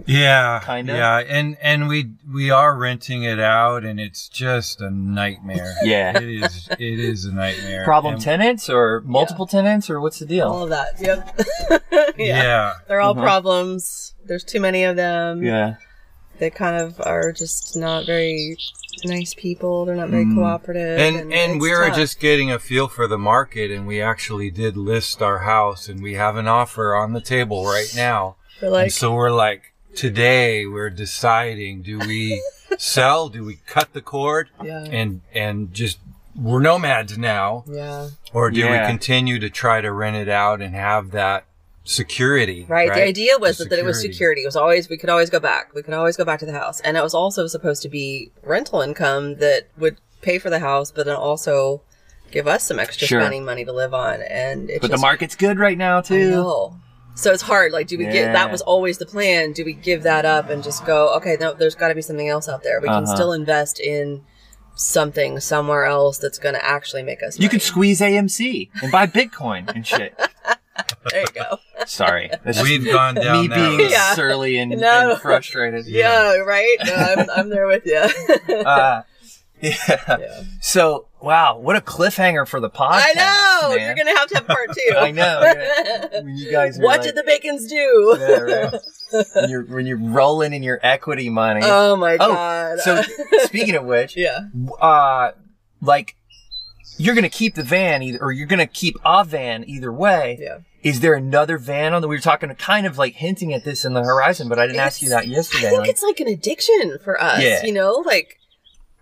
Speaker 4: Yeah,
Speaker 3: Kinda.
Speaker 4: Yeah, and and we we are renting it out, and it's just a nightmare.
Speaker 3: Yeah.
Speaker 4: it is. It is a nightmare.
Speaker 3: Problem
Speaker 4: And-
Speaker 3: tenants or multiple tenants or what's the
Speaker 2: All
Speaker 3: deal?
Speaker 2: of that. Yep. yeah.
Speaker 4: yeah.
Speaker 2: They're all
Speaker 3: Mhm.
Speaker 2: problems. There's too many of them.
Speaker 3: Yeah.
Speaker 2: They kind of are just not very nice people. They're not very
Speaker 3: Mm.
Speaker 2: cooperative.
Speaker 4: and and
Speaker 2: it's
Speaker 4: we were
Speaker 2: tough.
Speaker 4: just getting a feel for the market and we actually did list our house and we have an offer on the table right now
Speaker 2: We're like,
Speaker 4: and so we're like today we're deciding do we sell do we cut the cord
Speaker 2: yeah.
Speaker 4: and and just we're nomads now
Speaker 2: Yeah.
Speaker 4: or do
Speaker 3: Yeah.
Speaker 4: we continue to try to rent it out and have that security
Speaker 2: Right. The idea was
Speaker 4: The
Speaker 2: that, that it was security. It was always we could always go back. We could always go back to the house, and it was also supposed to be rental income that would pay for the house, but then also give us some extra
Speaker 3: Sure.
Speaker 2: spending money to live on. And it
Speaker 3: But the
Speaker 2: just,
Speaker 3: market's good right now
Speaker 2: I
Speaker 3: too.
Speaker 2: know. So it's hard. Like, do we
Speaker 3: Yeah.
Speaker 2: get that? Was always the plan. Do we give that up and just go? Okay, no. There's got to be something else out there. We can
Speaker 3: Uh-huh.
Speaker 2: still invest in something somewhere else that's going to actually make us.
Speaker 3: You could
Speaker 2: money.
Speaker 3: squeeze AMC and buy Bitcoin and shit.
Speaker 2: there you go.
Speaker 3: Sorry, that's just
Speaker 4: we've gone down
Speaker 3: me
Speaker 4: that
Speaker 3: being
Speaker 4: road.
Speaker 2: Yeah.
Speaker 3: surly and,
Speaker 2: No.
Speaker 3: and frustrated.
Speaker 2: Yeah. right. No, I'm, I'm there with you.
Speaker 3: Uh, yeah.
Speaker 2: Yeah.
Speaker 3: So, wow, what a cliffhanger for the podcast.
Speaker 2: I know.
Speaker 3: man.
Speaker 2: You're gonna have to have part two.
Speaker 3: I know. yeah. When you guys are
Speaker 2: What
Speaker 3: like-
Speaker 2: did the Bacons do?
Speaker 3: Yeah, right. when you're when you're rolling in your equity money.
Speaker 2: Oh my
Speaker 3: Oh,
Speaker 2: god.
Speaker 3: so speaking of which,
Speaker 2: yeah.
Speaker 3: uh, like you're gonna keep the van either, or you're gonna keep a van either way.
Speaker 2: Yeah.
Speaker 3: Is there another van on the? We were talking, kind of like hinting at this in the horizon, but I didn't ask you that
Speaker 2: It's-
Speaker 3: yesterday.
Speaker 2: I think
Speaker 3: like-
Speaker 2: it's like an addiction for us.
Speaker 3: Yeah.
Speaker 2: You know, like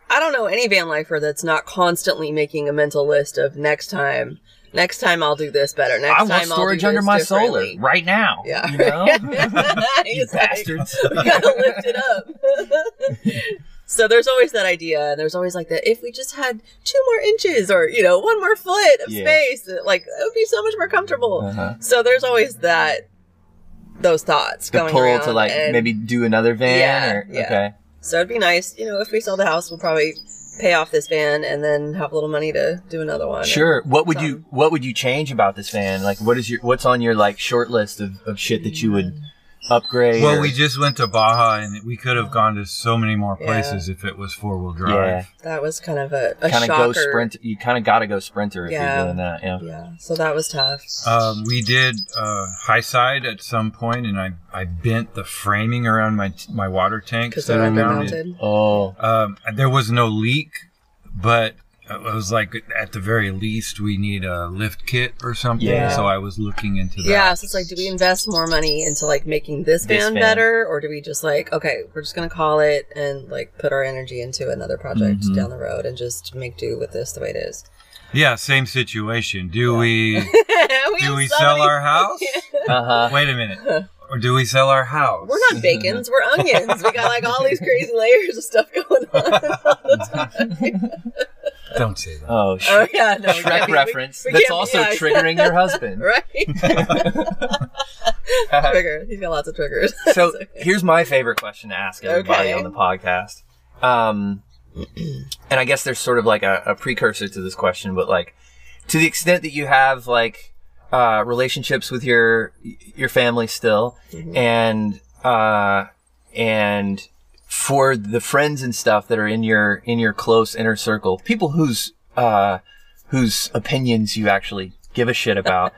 Speaker 2: I don't know any van lifer that's not constantly making a mental list of next time. Next time I'll do this better. Next
Speaker 3: I
Speaker 2: time
Speaker 3: want storage
Speaker 2: I'll do
Speaker 3: under
Speaker 2: this
Speaker 3: my solar
Speaker 2: differently.
Speaker 3: right now.
Speaker 2: Yeah.
Speaker 3: You know?
Speaker 2: He's
Speaker 3: you
Speaker 2: like,
Speaker 3: bastards.
Speaker 2: we gotta lift it up. so there's always that idea, and there's always like that. If we just had two more inches, or you know, one more foot of
Speaker 3: Yeah.
Speaker 2: space, like it would be so much more comfortable.
Speaker 3: Uh-huh.
Speaker 2: So there's always that, those thoughts
Speaker 3: The
Speaker 2: going
Speaker 3: pull
Speaker 2: around,
Speaker 3: to like
Speaker 2: and-
Speaker 3: maybe do another van
Speaker 2: Yeah,
Speaker 3: or
Speaker 2: yeah.
Speaker 3: okay.
Speaker 2: So it'd be nice, you know, if we sell the house, we'll probably pay off this van and then have a little money to do another one.
Speaker 3: Sure. What would you
Speaker 2: Some.
Speaker 3: What would you change about this van? Like, what is your What's on your like short list of, of shit that you would
Speaker 2: Mm.
Speaker 3: upgrade?
Speaker 4: Well,
Speaker 3: or-
Speaker 4: we just went to Baja, and we could have gone to so many more
Speaker 2: Yeah.
Speaker 4: places if it was four wheel drive.
Speaker 3: Yeah.
Speaker 2: That was kind of a, a
Speaker 3: kind of
Speaker 2: shocker.
Speaker 3: go sprint. You kind of got to go sprinter if
Speaker 2: Yeah.
Speaker 3: you're doing that. Yeah.
Speaker 2: Yeah, so that was tough.
Speaker 4: Um, we did uh, high side at some point, and I, I bent the framing around my my water tank.
Speaker 2: Because
Speaker 4: so
Speaker 2: they're
Speaker 4: I
Speaker 2: under
Speaker 4: mounted-
Speaker 2: mounted.
Speaker 3: Oh,
Speaker 4: Um, there was no leak, but I was like, at the very least, we need a lift kit or something.
Speaker 3: Yeah.
Speaker 4: So I was looking into that.
Speaker 2: Yeah, so it's like, do we invest more money into like making this
Speaker 3: This
Speaker 2: van
Speaker 3: van.
Speaker 2: better, or do we just like, okay, we're just gonna call it and like put our energy into another project
Speaker 4: Mhm.
Speaker 2: down the road and just make do with this the way it is?
Speaker 4: Yeah, same situation. Do we
Speaker 2: we
Speaker 4: do
Speaker 2: have
Speaker 4: we
Speaker 2: so
Speaker 4: sell
Speaker 2: many-
Speaker 4: our house?
Speaker 3: uh huh.
Speaker 2: Uh-huh.
Speaker 4: Wait a minute. Or do we sell our house?
Speaker 2: We're not bacons, we're onions. We got like all these crazy layers of stuff going on.
Speaker 4: Don't say that.
Speaker 3: Oh, sh-
Speaker 2: oh yeah, no, we
Speaker 3: Shrek
Speaker 2: can't be-
Speaker 3: reference.
Speaker 2: we
Speaker 3: That's
Speaker 2: can't be-
Speaker 3: also
Speaker 2: yeah.
Speaker 3: triggering your husband.
Speaker 2: right? Trigger. He's got lots of triggers.
Speaker 3: so here's my favorite question to ask everybody
Speaker 2: Okay.
Speaker 3: on the podcast. Um, and I guess there's sort of like a, a precursor to this question, but like to the extent that you have like uh, relationships with your your family still, and uh, and for the friends and stuff that are in your in your close inner circle, people whose uh, whose opinions you actually give a shit about.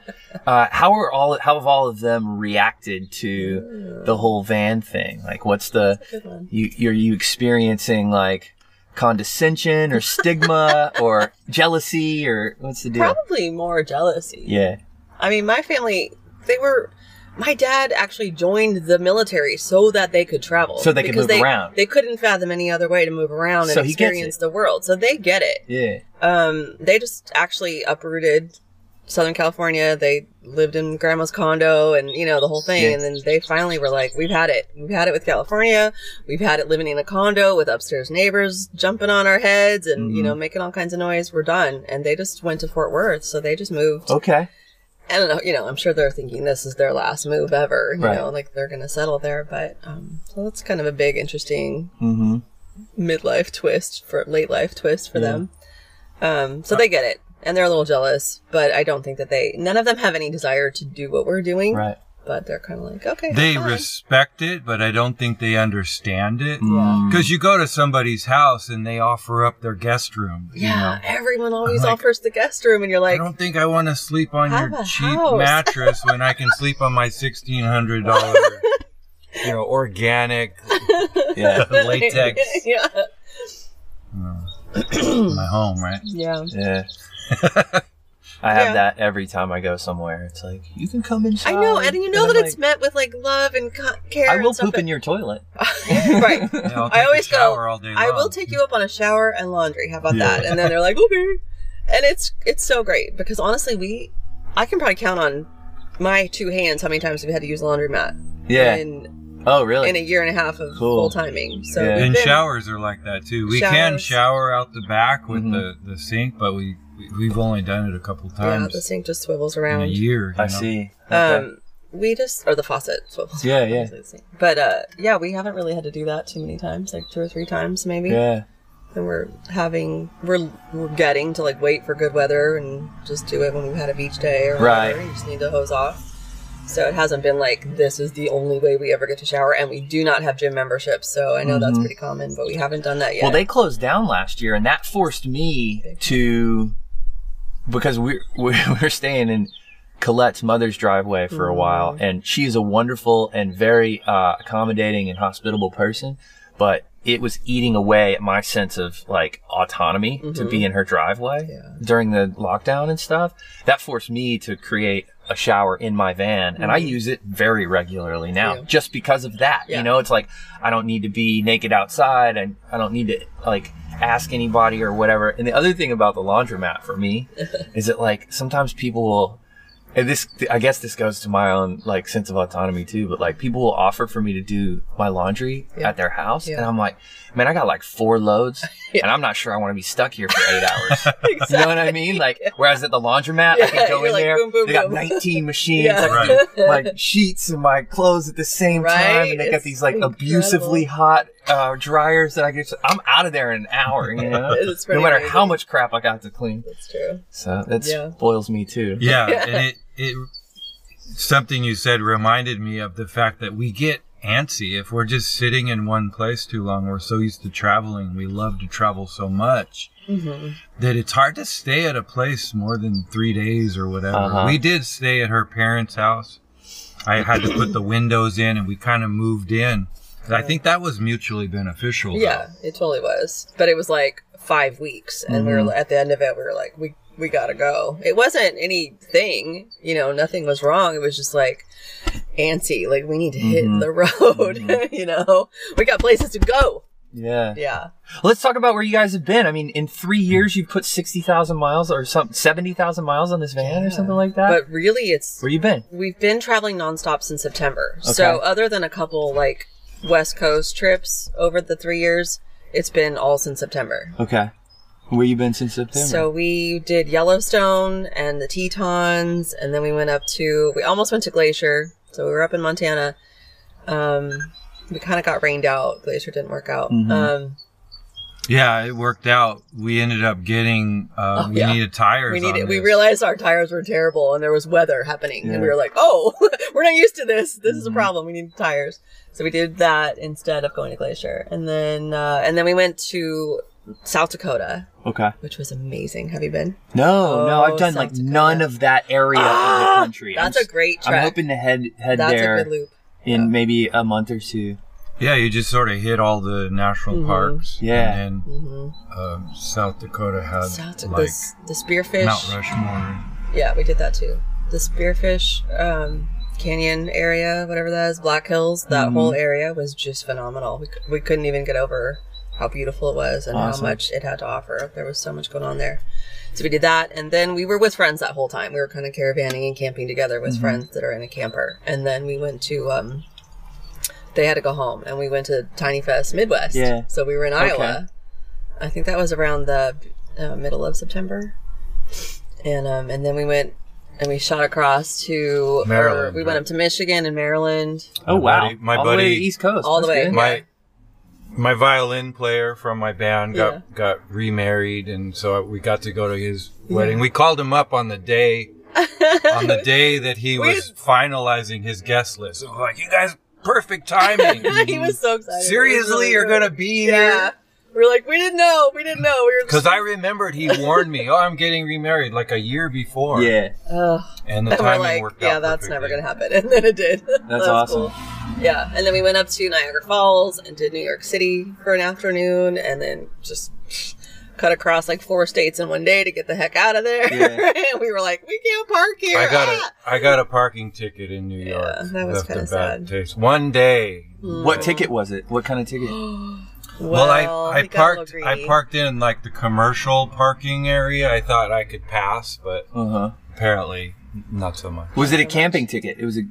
Speaker 3: uh, how are all how have all of them reacted to the whole van thing? Like, what's the
Speaker 2: Good one.
Speaker 3: you you're you experiencing like condescension or stigma or jealousy or what's the deal?
Speaker 2: Probably more jealousy.
Speaker 3: Yeah.
Speaker 2: I mean, my family, they were. My dad actually joined the military so that they could travel.
Speaker 3: So they could
Speaker 2: Because
Speaker 3: move around.
Speaker 2: They couldn't fathom any other way to move around and
Speaker 3: So he gets
Speaker 2: experience
Speaker 3: it.
Speaker 2: the world. So they get it.
Speaker 3: Yeah.
Speaker 2: Um, they just actually uprooted Southern California. They lived in grandma's condo and, you know, the whole thing.
Speaker 3: Yeah.
Speaker 2: And then they finally were like, we've had it. We've had it with California. We've had it living in a condo with upstairs neighbors jumping on our heads and,
Speaker 3: Mm-hmm.
Speaker 2: you know, making all kinds of noise. We're done. And they just went to Fort Worth. So they just moved.
Speaker 3: Okay.
Speaker 2: I don't know. You know, I'm sure they're thinking this is their last move ever. You
Speaker 3: Right.
Speaker 2: know, like they're going to settle there. But, um, so that's kind of a big, interesting
Speaker 3: Mm-hmm.
Speaker 2: midlife twist for late life twist for them. Um, so they get it and they're a little jealous, but I don't think that they none of them have any desire to do what we're doing.
Speaker 3: Right.
Speaker 2: But they're kind of like, okay,
Speaker 4: They
Speaker 2: fine.
Speaker 4: respect it, but I don't think they understand it.
Speaker 3: Mm.
Speaker 4: Because you go to somebody's house and they offer up their guest room. you know?
Speaker 2: yeah, everyone always
Speaker 4: like-
Speaker 2: offers the guest room, and you're
Speaker 4: I
Speaker 2: like,
Speaker 4: don't think I want to sleep on
Speaker 2: Have
Speaker 4: your
Speaker 2: a
Speaker 4: cheap
Speaker 2: house.
Speaker 4: mattress when I can sleep on my sixteen hundred dollar, you know, organic
Speaker 3: Yeah.
Speaker 4: latex
Speaker 2: yeah,
Speaker 4: in my home, right?
Speaker 2: yeah.
Speaker 3: Yeah. I have
Speaker 2: Yeah.
Speaker 3: that every time I go somewhere. It's like you can come inside.
Speaker 2: I know, and you know
Speaker 3: I'm
Speaker 2: that it's
Speaker 3: Um, like,
Speaker 2: met with like love and co- care.
Speaker 3: I will
Speaker 2: and stuff,
Speaker 3: poop in your toilet.
Speaker 2: but- right.
Speaker 4: Yeah, I'll
Speaker 2: I
Speaker 4: take a
Speaker 2: always go.
Speaker 4: shower all day
Speaker 2: I will
Speaker 4: long.
Speaker 2: take you up on a shower and laundry. How about
Speaker 4: Um, Yeah.
Speaker 2: that? And then they're like, okay. And it's it's so great because honestly, we I can probably count on my two hands how many times we've had to use a laundromat
Speaker 3: Yeah.
Speaker 2: in
Speaker 3: oh, really?
Speaker 2: in a year and a half of full
Speaker 3: Cool.
Speaker 2: timing. So
Speaker 3: Yeah.
Speaker 4: And
Speaker 2: then-
Speaker 4: showers are like that too. We can
Speaker 2: Showers.
Speaker 4: shower out the back with
Speaker 3: Mhm.
Speaker 4: the, the sink, but we we- we've only done it a couple
Speaker 2: yeah,
Speaker 4: times
Speaker 2: the sink just swivels
Speaker 4: in a
Speaker 2: around.
Speaker 4: year.
Speaker 3: I
Speaker 4: you know?
Speaker 3: see. Okay.
Speaker 2: Um, we just or the faucet swivels.
Speaker 3: Yeah,
Speaker 2: around,
Speaker 3: yeah.
Speaker 2: obviously the sink. But uh, yeah, we haven't really had to do that too many times, like two or three times maybe.
Speaker 3: yeah.
Speaker 2: And we're having we're we're getting to like wait for good weather and just do it when we've had a beach day or
Speaker 3: Right.
Speaker 2: whatever. You just need to hose off. So it hasn't been like this is the only way we ever get to shower, and we do not have gym memberships, so I know that's pretty common, but we haven't done that yet.
Speaker 3: Mm-hmm. Well, they closed down last year, and that forced me to because we're we're we're staying in Colette's mother's driveway for a
Speaker 2: Mm-hmm.
Speaker 3: while, and she is a wonderful and very uh, accommodating and hospitable person. But it was eating away at my sense of like autonomy to
Speaker 2: Mhm.
Speaker 3: be in her driveway
Speaker 2: Yeah.
Speaker 3: during the lockdown and stuff. That forced me to create a shower in my van and I use it very regularly now
Speaker 2: Mm-hmm. Yeah.
Speaker 3: just because of that.
Speaker 2: Yeah.
Speaker 3: You know, it's like I don't need to be naked outside and I don't need to like ask anybody or whatever. And the other thing about the laundromat for me is that like sometimes people will and this i guess this goes to my own like sense of autonomy too but like people will offer for me to do my laundry
Speaker 2: Yeah.
Speaker 3: at their house and
Speaker 2: Yeah.
Speaker 3: i'm like man i got like four loads
Speaker 2: Yeah.
Speaker 3: and i'm not sure i want to be stuck here for eight hours
Speaker 2: Exactly.
Speaker 3: you know what i mean like whereas at the laundromat i
Speaker 2: Yeah,
Speaker 3: can go
Speaker 2: you're
Speaker 3: in
Speaker 2: like,
Speaker 3: there
Speaker 2: boom, boom,
Speaker 3: they got
Speaker 2: boom.
Speaker 3: 19 machines
Speaker 2: Yeah.
Speaker 3: I can do my sheets and my clothes at the same time
Speaker 2: Right?
Speaker 3: and they got
Speaker 2: It's
Speaker 3: these like abusively hot uh, dryers that i can just i'm out of there in an hour you know
Speaker 2: It's
Speaker 3: no
Speaker 2: pretty
Speaker 3: matter
Speaker 2: amazing.
Speaker 3: how much crap i got to clean
Speaker 2: That's true.
Speaker 3: so that
Speaker 2: Yeah.
Speaker 3: spoils me too.
Speaker 4: Yeah, and it, it something you said reminded me of the fact that we get antsy if we're just sitting in one place too long. We're so used to traveling. We love to travel so much
Speaker 2: Mm-hmm.
Speaker 4: that it's hard to stay at a place more than three days or whatever.
Speaker 3: Uh-huh.
Speaker 4: We did stay at her parents' house. I had to put the windows in, and we kind of moved in. And I think that was mutually beneficial. though.
Speaker 2: Yeah, it totally was. But it was like five weeks, and we were at the end of it. We were like, we we gotta go. It wasn't anything, you know, nothing was wrong. It was just like antsy, like we need to hit
Speaker 3: Mhm.
Speaker 2: the road. you know, we got places to go.
Speaker 3: Yeah.
Speaker 2: Yeah,
Speaker 3: Let's talk about where you guys have been. I mean, in three years, you've put 60,000 miles or some 70,000 miles on this van or something like that.
Speaker 2: but really, it's
Speaker 3: where you been?
Speaker 2: we've been traveling nonstop since September. So
Speaker 3: Okay.
Speaker 2: other than a couple like West Coast trips over the three years, it's been all since September.
Speaker 3: Okay. Where you been since September?
Speaker 2: So we did Yellowstone and the Tetons, and then we went up to. We almost went to Glacier, so we were up in Montana. Um, we kind of got rained out. Glacier didn't work out.
Speaker 4: Mm-hmm.
Speaker 3: Mhm.
Speaker 2: Um,
Speaker 4: Yeah, it worked out. We ended up getting, uh,
Speaker 2: Oh,
Speaker 4: we
Speaker 2: yeah.
Speaker 4: needed tires.
Speaker 2: we needed.
Speaker 4: on
Speaker 2: We
Speaker 4: this.
Speaker 2: realized our tires were terrible, and there was weather happening, and we
Speaker 3: Yeah.
Speaker 2: were like, "Oh, we're not used to this. This is a
Speaker 3: Mhm.
Speaker 4: Mm-hmm.
Speaker 2: problem. We need tires." So we did that instead of going to Glacier, and then uh, and then we went to South Dakota,
Speaker 3: okay.
Speaker 2: which was amazing. Have you been?
Speaker 3: No, no, I've
Speaker 2: Oh,
Speaker 3: done
Speaker 2: South
Speaker 3: like
Speaker 2: Dakota.
Speaker 3: none of that area of
Speaker 2: Ah,
Speaker 3: the country.
Speaker 2: That's
Speaker 3: I'm,
Speaker 2: a great
Speaker 3: am
Speaker 2: trek.
Speaker 3: hoping to head head
Speaker 2: That's
Speaker 3: there
Speaker 2: a good loop.
Speaker 3: in
Speaker 2: yeah.
Speaker 3: maybe a month or two.
Speaker 4: Yeah, you just sort of hit all the national
Speaker 2: Mhm.
Speaker 4: parks.
Speaker 3: Yeah.
Speaker 4: And then
Speaker 2: hmm
Speaker 4: um, South Dakota had
Speaker 2: South
Speaker 4: like
Speaker 2: the, s- the spearfish.
Speaker 4: Mount Rushmore.
Speaker 2: Yeah, we did that too. The spearfish um, canyon area, whatever that is, Black Hills. That
Speaker 3: Mhm.
Speaker 2: whole area was just phenomenal. We, c- we couldn't even get over how beautiful it was and
Speaker 3: Awesome.
Speaker 2: how much it had to offer. There was so much going on there. So we did that, and then we were with friends that whole time. We were kind of caravanning and camping together
Speaker 3: Mm-hmm.
Speaker 2: with friends that are in a camper, and then we went to. Um, they had to go home, and we went to Tiny Fest Midwest.
Speaker 3: Yeah.
Speaker 2: So we were in
Speaker 3: Okay.
Speaker 2: Iowa. I think that was around the uh, middle of September, and um, and then we went and we shot across to or
Speaker 4: Maryland,
Speaker 2: we went
Speaker 4: right?
Speaker 2: up to Michigan and Maryland.
Speaker 3: Oh
Speaker 4: My
Speaker 3: wow!
Speaker 4: buddy- my
Speaker 3: all the way
Speaker 4: buddy-
Speaker 3: to East Coast.
Speaker 2: All the
Speaker 3: That's
Speaker 2: way.
Speaker 3: good.
Speaker 2: Yeah.
Speaker 4: My my violin player from my band got
Speaker 2: Yeah.
Speaker 4: got remarried, and so we got to go to his wedding. We called him up on the day on the day that he was finalizing his guest list. So we're like, you guys, perfect timing. Mm-hmm.
Speaker 2: he was so excited.
Speaker 4: Seriously, you're gonna be
Speaker 2: yeah.
Speaker 4: here?
Speaker 2: We We're like, we didn't know, we didn't know. We were
Speaker 4: Because I remembered he warned me, "Oh, I'm getting remarried," like a year before.
Speaker 3: Yeah,
Speaker 2: Ugh.
Speaker 4: and
Speaker 2: And
Speaker 4: the
Speaker 2: we're
Speaker 4: timing
Speaker 2: like,
Speaker 4: worked out.
Speaker 2: yeah, that's
Speaker 4: perfectly.
Speaker 2: never gonna happen, and then it did.
Speaker 3: that's
Speaker 2: That was
Speaker 3: awesome.
Speaker 2: cool. Yeah, and then we went up to Niagara Falls and did New York City for an afternoon, and then just cut across like four states in one day to get the heck out of there.
Speaker 3: Yeah.
Speaker 2: and we were like, we can't park here.
Speaker 4: I got
Speaker 2: Ah!
Speaker 4: a I got a parking ticket in New York.
Speaker 2: Yeah, that was
Speaker 4: Left a
Speaker 2: kinda
Speaker 4: bad
Speaker 2: sad.
Speaker 4: taste. One day.
Speaker 3: What ticket was it? What kind of ticket?
Speaker 4: Well, I, I
Speaker 2: he got a little
Speaker 4: parked I
Speaker 2: greedy.
Speaker 4: parked in like the commercial parking area. I thought I could pass, but
Speaker 3: Uh huh.
Speaker 4: apparently not so much.
Speaker 3: Was it a camping ticket? It was a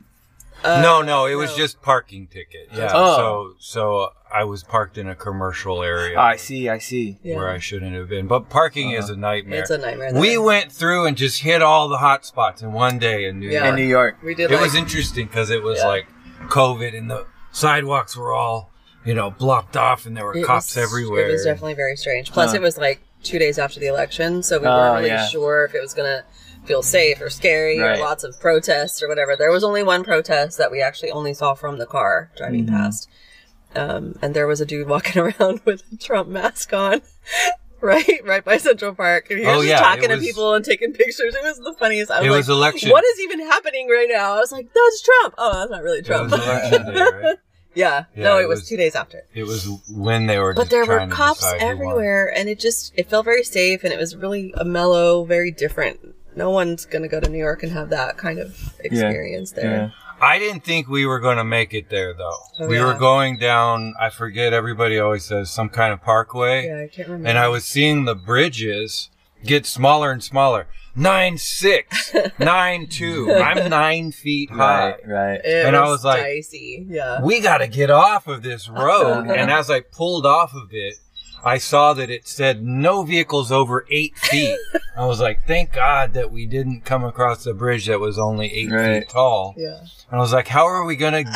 Speaker 2: Uh,
Speaker 4: no, no, it was
Speaker 2: no.
Speaker 4: just parking ticket. Yeah.
Speaker 3: Oh.
Speaker 4: So so I was parked in a commercial area
Speaker 3: I see, Uh-huh. I see.
Speaker 2: Yeah.
Speaker 4: where I shouldn't have been. But parking is a nightmare.
Speaker 2: It's a nightmare.
Speaker 4: we
Speaker 2: there.
Speaker 4: went through and just hit all the hot spots in one day in New
Speaker 2: Yeah.
Speaker 4: York.
Speaker 3: In New York.
Speaker 2: we did.
Speaker 4: it
Speaker 2: like,
Speaker 4: was interesting because it was
Speaker 2: Yeah.
Speaker 4: like COVID and the sidewalks were all you know blocked off and there were
Speaker 2: it
Speaker 4: cops
Speaker 2: was-
Speaker 4: everywhere.
Speaker 2: It was definitely very strange. Plus,
Speaker 3: Huh.
Speaker 2: it was like two days after the election, so we
Speaker 3: Oh,
Speaker 2: weren't really
Speaker 3: yeah.
Speaker 2: sure if it was gonna feel safe or scary
Speaker 3: Right.
Speaker 2: or lots of protests or whatever. There was only one protest that we actually only saw from the car driving
Speaker 3: Mm-hmm.
Speaker 2: past, um, and there was a dude walking around with a Trump mask on. Right, right by Central Park, and he was
Speaker 4: Oh,
Speaker 2: just
Speaker 4: yeah,
Speaker 2: talking
Speaker 4: it
Speaker 2: to
Speaker 4: was-
Speaker 2: people and taking pictures. It was the funniest. I was
Speaker 4: It
Speaker 2: like,
Speaker 4: was election.
Speaker 2: "What is even happening right now?" I was like, "That's Trump." Oh, that's not really
Speaker 4: It was
Speaker 2: Trump.
Speaker 4: election day, right?
Speaker 2: Yeah.
Speaker 4: Yeah,
Speaker 2: no,
Speaker 4: it
Speaker 2: it was,
Speaker 4: was-
Speaker 2: two days after.
Speaker 4: It was when they were.
Speaker 2: But
Speaker 4: just
Speaker 2: there were
Speaker 4: trying to
Speaker 2: cops
Speaker 4: decide who won.
Speaker 2: everywhere, and it just it felt very safe, and it was really a mellow, very different. No one's gonna go to New York and have that kind of experience there.
Speaker 4: I didn't think we were going to make it there though.
Speaker 2: Oh,
Speaker 4: we
Speaker 2: yeah.
Speaker 4: were going down. I forget. Everybody always says some kind of
Speaker 2: Yeah.
Speaker 4: parkway,
Speaker 2: I can't remember.
Speaker 4: and I was seeing the bridges get smaller and smaller. Nine six, nine two. I'm nine feet high.
Speaker 3: Right, right.
Speaker 2: It
Speaker 4: and I
Speaker 2: was
Speaker 4: was like-
Speaker 2: dicey. Yeah.
Speaker 4: we got to get off of this road. and as I pulled off of it, I saw that it said no vehicles over eight feet. I was like, thank God that we didn't come across a bridge that was only eight
Speaker 3: Right.
Speaker 4: feet tall.
Speaker 2: Yeah.
Speaker 4: And I was like, how are we going to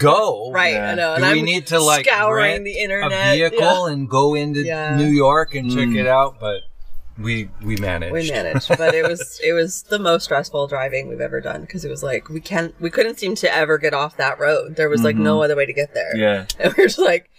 Speaker 4: go?
Speaker 2: Right.
Speaker 3: yeah.
Speaker 2: I know.
Speaker 4: Do
Speaker 2: And
Speaker 4: we
Speaker 2: I'm
Speaker 4: need to like
Speaker 2: scouring
Speaker 4: rent
Speaker 2: the
Speaker 4: a
Speaker 2: internet.
Speaker 4: vehicle and go into
Speaker 2: Yeah.
Speaker 4: New York and check
Speaker 3: Mm.
Speaker 4: it out? But we we managed.
Speaker 2: We managed, but it was it was the most stressful driving we've ever done because it was like we can't we couldn't seem to ever get off that road. There was like no
Speaker 4: Mm-hmm.
Speaker 2: other way to get there.
Speaker 3: Yeah.
Speaker 2: And we were just like,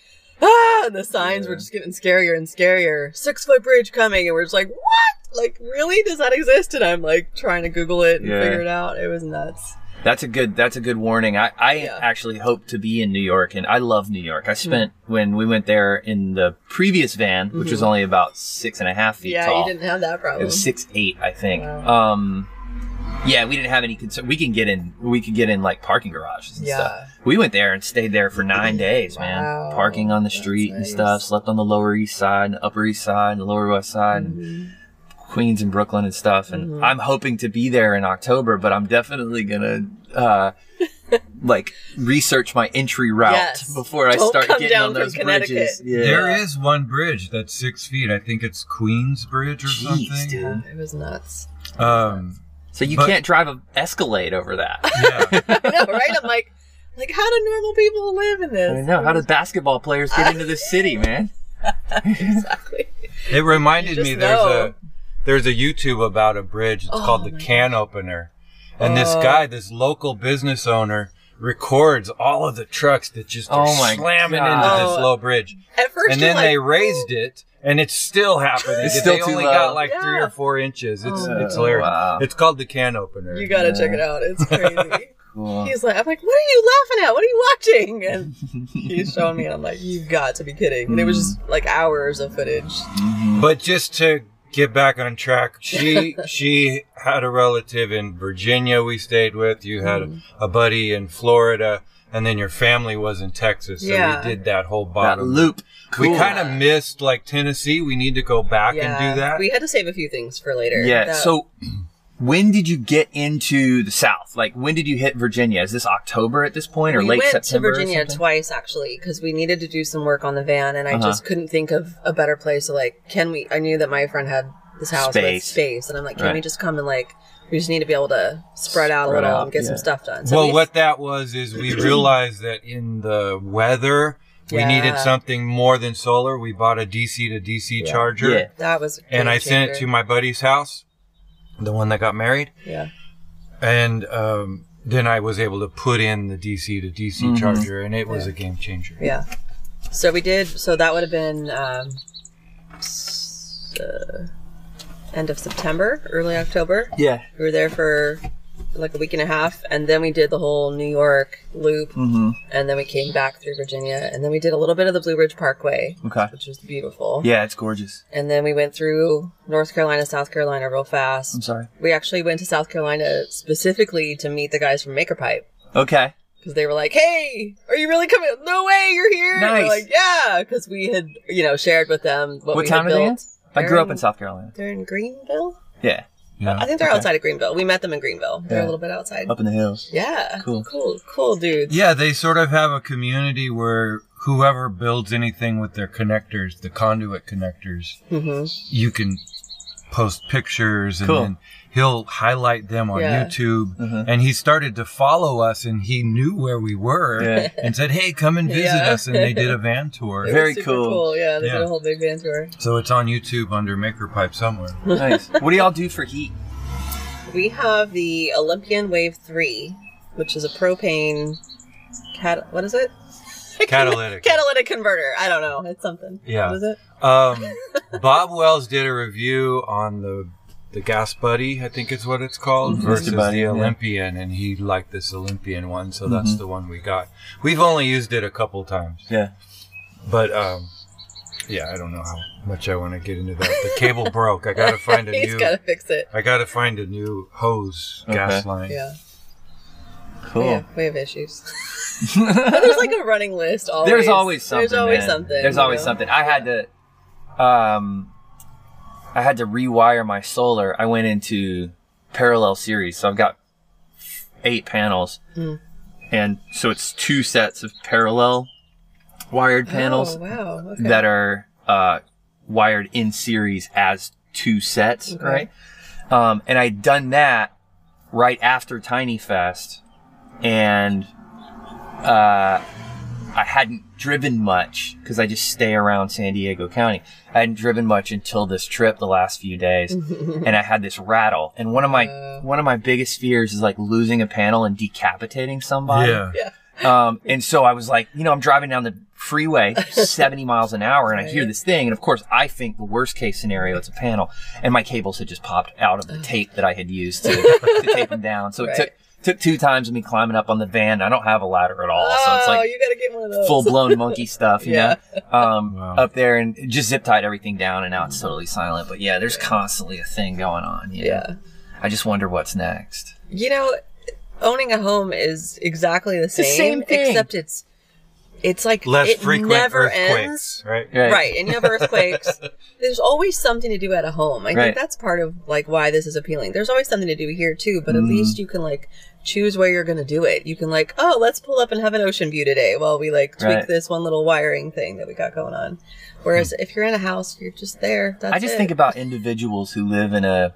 Speaker 2: ah, and the signs were just getting scarier and scarier. Six foot bridge coming, and we're just like, what? Like, really? Does that exist? And I'm like trying to Google it and
Speaker 3: Yeah.
Speaker 2: figure it out. It was nuts.
Speaker 3: That's a good. That's a good warning. I, I
Speaker 2: Yeah. Hmm.
Speaker 3: actually hope to be in New York, and I love New York. I spent when we went there in the previous van, which was only about six and a half
Speaker 2: Mm-hmm.
Speaker 3: feet
Speaker 2: yeah,
Speaker 3: tall.
Speaker 2: you didn't have that problem.
Speaker 3: It was six eight, I think.
Speaker 2: Um, Wow.
Speaker 3: Um, yeah, we didn't have any concern. We can get in. We could get in like parking garages and
Speaker 2: Yeah.
Speaker 3: stuff. We went there and stayed there for nine days, man.
Speaker 2: Wow,
Speaker 3: Parking on the
Speaker 2: that's
Speaker 3: street and
Speaker 2: nice.
Speaker 3: stuff. Slept on the Lower East Side, and the Upper East Side, and the Lower West Side, and
Speaker 2: Mm-hmm.
Speaker 3: Queens and Brooklyn and stuff. And
Speaker 2: Mhm.
Speaker 3: I'm hoping to be there in October, but I'm definitely gonna. Uh, like research my entry route
Speaker 2: Yes.
Speaker 3: before I
Speaker 2: Don't
Speaker 3: start
Speaker 2: come
Speaker 3: getting
Speaker 2: down
Speaker 3: on
Speaker 2: from
Speaker 3: those
Speaker 2: Connecticut.
Speaker 3: bridges. Yeah.
Speaker 4: There is one bridge that's six feet. I think it's Queens Bridge or
Speaker 3: Jeez,
Speaker 4: something.
Speaker 3: dude.
Speaker 2: It was nuts.
Speaker 4: Um,
Speaker 3: So you
Speaker 4: But-
Speaker 3: can't drive an Escalade over that.
Speaker 4: yeah.
Speaker 2: I know, right? I'm like, like, how do normal people live in this?
Speaker 3: I know. How do basketball players get into this city, man?
Speaker 2: exactly?
Speaker 4: It reminded
Speaker 2: You just
Speaker 4: me there's
Speaker 2: know.
Speaker 4: a there's a YouTube about a bridge. It's
Speaker 2: Oh
Speaker 4: called the
Speaker 2: my
Speaker 4: Can Opener, and this
Speaker 2: Oh.
Speaker 4: guy, this local business owner, records all of the trucks that just are
Speaker 3: Oh my
Speaker 4: slamming
Speaker 3: God.
Speaker 4: into this
Speaker 2: Oh.
Speaker 4: low bridge,
Speaker 2: At first,
Speaker 4: and
Speaker 2: you're
Speaker 4: then
Speaker 2: like,
Speaker 4: they raised it, and it's still happening.
Speaker 3: It's
Speaker 4: they
Speaker 3: still too
Speaker 4: only
Speaker 3: low.
Speaker 4: got like three
Speaker 2: Yeah.
Speaker 4: or four inches. It's
Speaker 2: Oh.
Speaker 4: it's hilarious.
Speaker 3: Wow.
Speaker 4: It's called the Can Opener.
Speaker 2: you gotta check it out. It's crazy.
Speaker 3: Cool.
Speaker 2: He's like, I'm like, what are you laughing at? What are you watching? And he's showing me, and I'm like, you've got to be kidding. And it was just like hours of footage.
Speaker 4: But just to get back on track, she she had a relative in Virginia we stayed with. You had
Speaker 2: Mm.
Speaker 4: a buddy in Florida, and then your family was in Texas. So
Speaker 2: Yeah.
Speaker 4: we did that whole
Speaker 3: That
Speaker 4: bottom
Speaker 3: loop.
Speaker 4: We kind of missed like Tennessee. We need to go back and do that.
Speaker 2: We had to save a few things for later.
Speaker 3: Yeah.
Speaker 2: That-
Speaker 3: So, when did you get into the South? Like, when did you hit Virginia? Is this October at this point, or
Speaker 2: we
Speaker 3: late
Speaker 2: went
Speaker 3: September? or
Speaker 2: to Virginia
Speaker 3: something?
Speaker 2: twice actually because we needed to do some work on the van, and I
Speaker 3: Uh-huh.
Speaker 2: just couldn't think of a better place to like. Can we? I knew that my friend had this house with
Speaker 3: Space.
Speaker 2: space, and I'm like, can we
Speaker 3: Right.
Speaker 2: just come and like? We just need to be able to spread out a
Speaker 3: Spread
Speaker 2: little
Speaker 3: out,
Speaker 2: and get some
Speaker 3: yeah.
Speaker 2: stuff done.
Speaker 4: well,
Speaker 2: we-
Speaker 4: what that was is we realized that in the weather. We
Speaker 2: Yeah.
Speaker 4: needed something more than solar. We bought a DC to DC
Speaker 2: Yeah.
Speaker 4: charger,
Speaker 3: Yeah.
Speaker 2: That was. a
Speaker 4: and
Speaker 2: game
Speaker 4: I sent it to
Speaker 2: changer.
Speaker 4: my buddy's house, the one that got married.
Speaker 2: Yeah.
Speaker 4: and um, then I was able to put in the DC to DC charger, and it was a game changer.
Speaker 2: Mm-hmm. Yeah. So we did. So that would have been um, s- uh, end of September, early October.
Speaker 3: Yeah.
Speaker 2: We were there for like a week and a half, and then we did the whole New York loop,
Speaker 3: hmm
Speaker 2: and then we came back through Virginia, and then we did a little bit of the Blue Ridge Parkway,
Speaker 3: Okay.
Speaker 2: which was beautiful.
Speaker 3: Yeah, it's gorgeous.
Speaker 2: And then we went through North Carolina, South Carolina real
Speaker 3: I'm
Speaker 2: fast.
Speaker 3: sorry.
Speaker 2: We actually went to South Carolina specifically to meet the guys from Maker Pipe
Speaker 3: Okay.
Speaker 2: because they were like, "Hey, are you really coming? No way, you're here!" And We're
Speaker 3: Nice.
Speaker 2: like, yeah, because we had you know shared with them what,
Speaker 3: What
Speaker 2: we
Speaker 3: town
Speaker 2: had
Speaker 3: are they in?
Speaker 2: built.
Speaker 3: I
Speaker 2: They're
Speaker 3: grew up in South Carolina.
Speaker 2: They're in Greenville.
Speaker 3: Yeah.
Speaker 4: Yeah.
Speaker 2: I think they're
Speaker 3: Okay.
Speaker 2: outside of Greenville. We met them in Greenville. They're a
Speaker 3: Yeah.
Speaker 2: little bit outside.
Speaker 3: Up in the hills.
Speaker 2: Yeah.
Speaker 3: Cool.
Speaker 2: Cool. Cool dudes.
Speaker 4: Yeah, they sort of have a community where whoever builds anything with their connectors, the conduit connectors,
Speaker 2: hmm
Speaker 4: you can post pictures and
Speaker 3: Cool.
Speaker 4: then he'll highlight them on
Speaker 2: Yeah. Mm-hmm.
Speaker 4: YouTube.
Speaker 3: Mhm.
Speaker 4: And he started to follow us and he knew where we were
Speaker 3: Yeah.
Speaker 4: and said, Hey, come and visit
Speaker 2: Yeah.
Speaker 4: us. And they did a van tour.
Speaker 2: It was
Speaker 3: Very
Speaker 2: super
Speaker 3: cool.
Speaker 2: Yeah, they did a
Speaker 4: Yeah.
Speaker 2: whole big band tour.
Speaker 4: So it's on YouTube under Maker Pipe somewhere.
Speaker 3: nice. What do y'all do for heat?
Speaker 2: We have the Olympian Wave Three, which is a propane. Cat- what is it?
Speaker 4: Catalytic.
Speaker 2: Catalytic converter. I don't know. It's something.
Speaker 4: Yeah.
Speaker 2: What is it?
Speaker 4: Um, Bob Wells did a review on the the Gas Buddy, I think is what it's called,
Speaker 3: Mhm.
Speaker 4: versus
Speaker 3: Mr. Buddy,
Speaker 4: the
Speaker 3: yeah. Mhm.
Speaker 4: Olympian, and he liked this Olympian one, so that's the one we got. We've only used it a couple times,
Speaker 3: Yeah.
Speaker 4: but um, yeah, I don't know how much I want to get into that. The cable broke. I gotta find a
Speaker 2: He's
Speaker 4: new.
Speaker 2: gotta fix it.
Speaker 4: I gotta find a new hose gas
Speaker 3: Okay.
Speaker 4: line.
Speaker 2: Yeah.
Speaker 3: Cool.
Speaker 2: We, have, we have issues. But there's like a running list. Always.
Speaker 3: There's always something.
Speaker 2: There's always
Speaker 3: man.
Speaker 2: something.
Speaker 3: There's
Speaker 2: you
Speaker 3: always
Speaker 2: know?
Speaker 3: something. I had to, um, I had to rewire my solar. I went into parallel series, so I've got eight panels,
Speaker 2: Mm.
Speaker 3: and so it's two sets of parallel wired panels
Speaker 2: Oh, wow. Okay.
Speaker 3: that are uh, wired in series as two sets,
Speaker 2: Okay.
Speaker 3: right? Um, and I'd done that right after Tiny Fest, and uh, I hadn't driven much because I just stay around San Diego County. I hadn't driven much until this trip the last few days, and I had this rattle. And one of my
Speaker 2: Uh.
Speaker 3: one of my biggest fears is like losing a panel and decapitating somebody.
Speaker 4: Yeah.
Speaker 2: Yeah.
Speaker 3: Um, and so I was like, you know, I'm driving down the freeway 70 miles an hour and I hear this thing. And of course, I think the worst case scenario, it's a panel. And my cables had just popped out of the tape that I had used to, to tape them down. So it took, took two times of me climbing up on the van. I don't have a ladder at all. so it's
Speaker 2: oh,
Speaker 3: like
Speaker 2: you gotta get one of those.
Speaker 3: full blown monkey stuff, you
Speaker 2: Yeah. Mm.
Speaker 3: know, um,
Speaker 4: Wow.
Speaker 3: up there and just zip tied everything down. And now it's totally silent. But yeah, there's constantly a thing going on. you know?
Speaker 2: Yeah.
Speaker 3: I just wonder what's next.
Speaker 2: You know, owning a home is exactly the
Speaker 3: the
Speaker 2: same,
Speaker 3: same thing.
Speaker 2: except it's it's like
Speaker 4: Less
Speaker 2: it
Speaker 4: frequent
Speaker 2: never
Speaker 4: earthquakes,
Speaker 2: ends.
Speaker 4: right?
Speaker 3: Right.
Speaker 2: Right, and you have earthquakes. There's always something to do at a home. I
Speaker 3: Right.
Speaker 2: think that's part of like why this is appealing. There's always something to do here too, but at
Speaker 3: Mm-hmm.
Speaker 2: least you can like choose where you're going to do it. You can like, oh, let's pull up and have an ocean view today while we like tweak
Speaker 3: Right. Hmm.
Speaker 2: this one little wiring thing that we got going on. Whereas if you're in a house, you're just there. That's
Speaker 3: I just
Speaker 2: it.
Speaker 3: think about individuals who live in a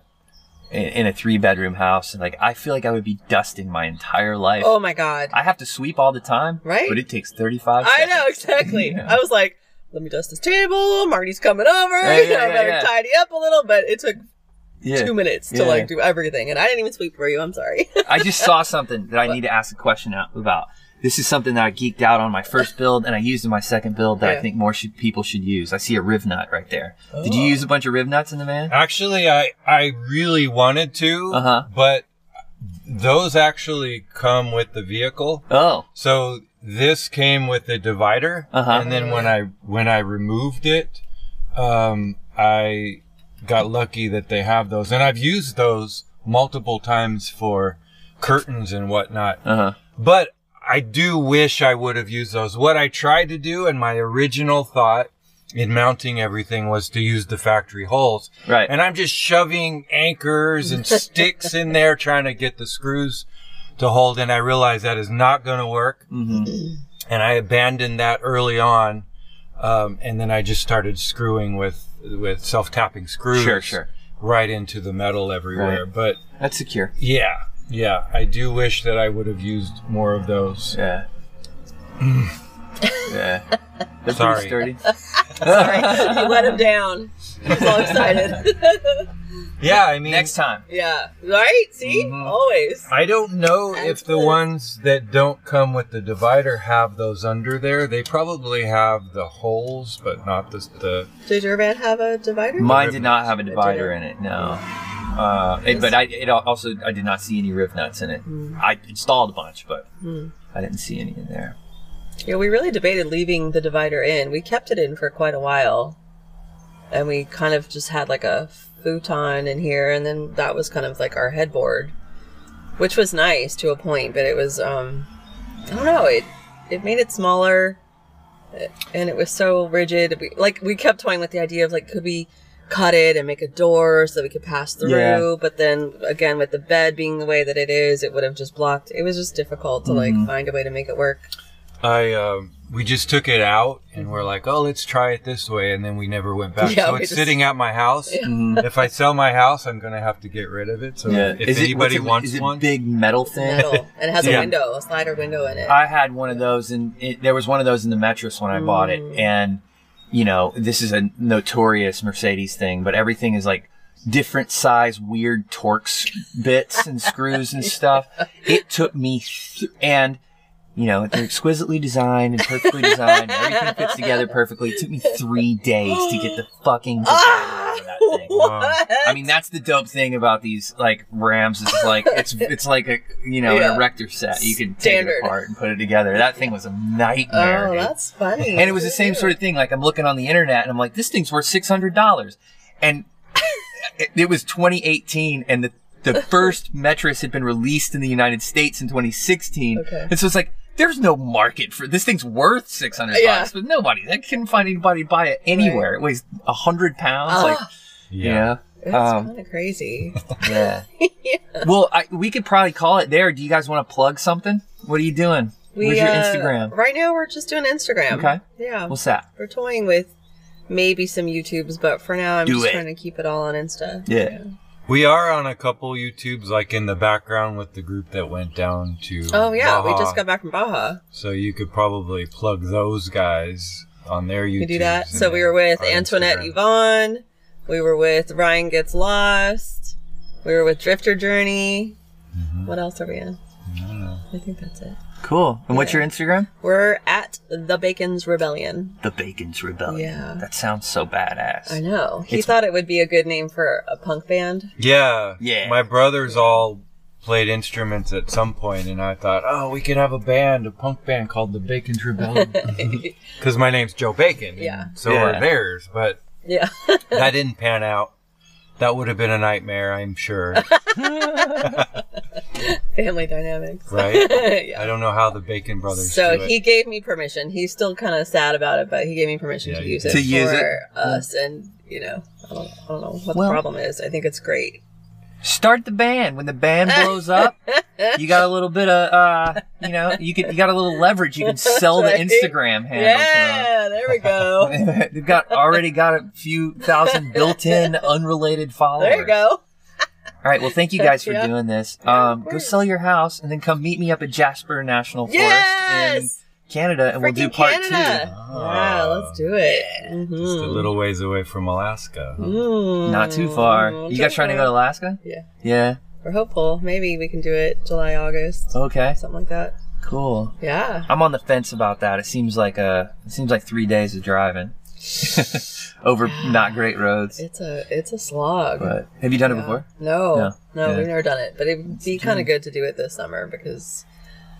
Speaker 3: in, in a three bedroom house, and like I feel like I would be dusting my entire life.
Speaker 2: oh my god,
Speaker 3: I have to sweep all the time,
Speaker 2: Right?
Speaker 3: But it takes thirty five.
Speaker 2: I know exactly. I was like, let me dust this table. Marty's coming over.
Speaker 3: Yeah,
Speaker 2: you know,
Speaker 3: yeah, yeah,
Speaker 2: better
Speaker 3: yeah.
Speaker 2: tidy up a little. But it took
Speaker 3: Yeah.
Speaker 2: two minutes to
Speaker 3: Yeah.
Speaker 2: like do everything, and I didn't even sweep for you. I'm sorry.
Speaker 3: I just saw something that I need to ask a question out about. This is something that I geeked out on my first build, and I used in my second build that
Speaker 2: Yeah.
Speaker 3: I think more should, people should use. I see a riv nut right there. Did
Speaker 2: Oh.
Speaker 3: you use a bunch of riv nuts in the van?
Speaker 4: Actually, I I really wanted to,
Speaker 3: Uh-huh.
Speaker 4: but those actually come with the vehicle.
Speaker 3: Oh,
Speaker 4: So this came with the divider,
Speaker 3: Uh-huh.
Speaker 4: and then when I when I removed it, um, I got lucky that they have those, and I've used those multiple times for curtains and whatnot.
Speaker 3: uh huh.
Speaker 4: But I do wish I would have used those. What I tried to do, and my original thought in mounting everything was to use the factory holes.
Speaker 3: Right.
Speaker 4: And I'm just shoving anchors and sticks in there trying to get the screws to hold. And I realized that is not going to work.
Speaker 3: Mhm.
Speaker 4: And I abandoned that early on. Um, and then I just started screwing with, with self tapping screws.
Speaker 3: Sure, sure.
Speaker 4: Right into the metal everywhere. But
Speaker 3: That's secure.
Speaker 4: yeah, yeah, I do wish that I would have used more of those.
Speaker 3: Yeah. yeah. That's
Speaker 4: Mm. Sorry.
Speaker 3: pretty sturdy.
Speaker 2: you let him down. He's all excited.
Speaker 4: Yeah, I mean,
Speaker 3: Next time.
Speaker 2: yeah. Right. See.
Speaker 3: Mhm.
Speaker 2: Always.
Speaker 4: I don't know if the
Speaker 2: Excellent.
Speaker 4: ones that don't come with the divider have those under there. They probably have the holes, but not the. the
Speaker 2: Did your van have a divider?
Speaker 3: Mine did not have a
Speaker 2: didn't.
Speaker 3: divider in it. No. Uh, it- but I it al- also I did not see any riv nuts in it. I installed a bunch, but I didn't see any in there.
Speaker 2: yeah, we really debated leaving the divider in. We kept it in for quite a while, and we kind of just had like a futon in here, and then that was kind of like our headboard, which was nice to a point, but it was um, I don't know, it it made it smaller, eh, and it was so rigid. We, like we kept toying with the idea of like could we cut it and make a door so that we could pass through
Speaker 3: Yeah.
Speaker 2: but then again with the bed being the way that it is it would have just blocked it was just difficult to like find a way to make it work
Speaker 4: I um, we just took it out and we're like, oh, let's try it this way, and then we never went back.
Speaker 2: Yeah,
Speaker 4: so
Speaker 2: we
Speaker 4: it's
Speaker 2: just-
Speaker 4: sitting at my house.
Speaker 3: Mhm.
Speaker 4: If I sell my house, I'm gonna have to get rid of it. So Mm. if
Speaker 3: Is it- what's
Speaker 4: anybody
Speaker 3: it-
Speaker 4: wants
Speaker 3: is it
Speaker 4: one,
Speaker 3: big metal thing?
Speaker 2: metal and it has a
Speaker 4: Yeah.
Speaker 2: window, a slider window in it.
Speaker 3: I had one of those, and it, there was one of those in the Metris when I bought it. And you know, this is a notorious Mercedes thing, but everything is like different size, weird Torx bits and screws and stuff. It took me, th- and you know, they're exquisitely designed and perfectly designed. and Everything fits together perfectly. It took me three days to get the fucking design out of that thing.
Speaker 2: Ah! what?
Speaker 3: I mean, that's the dope thing about these like Rams is like it's it's like a you know
Speaker 2: Yeah.
Speaker 3: an erector set. You could take
Speaker 2: Standard.
Speaker 3: it apart and put it together. That thing was a nightmare.
Speaker 2: oh,
Speaker 3: dude.
Speaker 2: that's funny.
Speaker 3: and it was the same sort of thing. Like I'm looking on the internet and I'm like, this thing's worth six hundred dollars, and it, it was 2018, and the the first Metris had been released in the United States in 2016,
Speaker 2: Okay.
Speaker 3: and so it's like. There's no market for this thing's worth six hundred dollars,
Speaker 2: Yeah.
Speaker 3: but nobody I couldn't find anybody to buy it anywhere. It weighs hundred pounds.
Speaker 2: Ah.
Speaker 3: like, yeah.
Speaker 2: It's
Speaker 3: Um,
Speaker 2: kind of crazy.
Speaker 3: Yeah. Well, I, we could probably call it there. Do you guys want to plug something? What are you doing? Where's your
Speaker 2: uh,
Speaker 3: Instagram?
Speaker 2: Right now, we're just doing Instagram.
Speaker 3: Okay.
Speaker 2: Yeah.
Speaker 3: What's that?
Speaker 2: we're toying with maybe some YouTubes, but for now, I'm
Speaker 3: Do
Speaker 2: just
Speaker 3: it.
Speaker 2: trying to keep it all on Insta.
Speaker 3: Yeah.
Speaker 4: We are on a couple YouTubes, like in the background with the group that went down to.
Speaker 2: Oh yeah, we
Speaker 4: Baja.
Speaker 2: just got back from Baja.
Speaker 4: So you could probably plug those guys on their YouTube.
Speaker 2: We do that. So we were with Antoinette Yvonne. We were with Ryan Gets Lost. We were with Drifter Journey. What else are we in? I think that's it.
Speaker 3: Cool. And what's your Instagram?
Speaker 2: We're at the Bacon's Rebellion.
Speaker 3: The Bacon's Rebellion.
Speaker 2: Yeah.
Speaker 3: That sounds so badass.
Speaker 2: I know. He
Speaker 3: It's-
Speaker 2: thought it would be a good name for a punk band.
Speaker 4: Yeah.
Speaker 3: Yeah.
Speaker 4: My brothers all played instruments at some point, and I thought, oh, we could have a band, a punk band called the Bacon's Rebellion. Because my name's Joe Bacon. and
Speaker 2: Yeah.
Speaker 4: So
Speaker 3: Yeah.
Speaker 4: are theirs, but
Speaker 2: Yeah.
Speaker 4: that didn't pan out. That would have been a nightmare, I'm sure.
Speaker 2: Family dynamics.
Speaker 4: Right?
Speaker 2: yeah.
Speaker 4: I don't know how the Bacon brothers. do
Speaker 2: So
Speaker 4: it.
Speaker 2: he gave me permission. He's still kind of sad about it, but he gave me permission
Speaker 4: Yeah,
Speaker 2: to
Speaker 4: you-
Speaker 2: use it
Speaker 3: To use
Speaker 2: for
Speaker 3: it?
Speaker 2: us. And you know, I don't, I don't know what
Speaker 3: Well-
Speaker 2: the problem is. I think it's great.
Speaker 3: Start the band. When the band blows up, you got a little bit of uh, you know, you could you got a little leverage. You can sell the
Speaker 2: Right.
Speaker 3: Instagram handle. to-
Speaker 2: Yeah, there we go.
Speaker 3: They've got already got a few thousand built-in unrelated followers.
Speaker 2: There you go.
Speaker 3: All right. Well, thank you guys for
Speaker 2: Yeah.
Speaker 3: doing this.
Speaker 2: Yeah, of
Speaker 3: Um, go
Speaker 2: course.
Speaker 3: sell your house and then come meet me up at Jasper National Forest in
Speaker 2: Yes.
Speaker 3: Canada, and we'll do
Speaker 2: Freaking
Speaker 3: part Oh.
Speaker 2: Canada. Yeah, let's do it. Mhm.
Speaker 4: Just a little ways away from Alaska. huh?
Speaker 3: two.
Speaker 2: Mm,
Speaker 3: Not too far.
Speaker 2: not
Speaker 3: you
Speaker 2: too
Speaker 3: guys trying to go
Speaker 2: far.
Speaker 3: to Alaska?
Speaker 2: Yeah.
Speaker 3: Yeah.
Speaker 2: We're hopeful. Maybe we can do it July, August,
Speaker 3: Okay.
Speaker 2: something like that.
Speaker 3: Cool.
Speaker 2: Yeah.
Speaker 3: I'm on the fence about that. It seems like a. It seems like three days of driving over not great roads.
Speaker 2: It's a it's a slog.
Speaker 3: But have you done it
Speaker 2: Yeah.
Speaker 3: before?
Speaker 2: No,
Speaker 3: No.
Speaker 2: no,
Speaker 3: Yeah.
Speaker 2: we've never done it, but it'd be kind of good to do it this summer because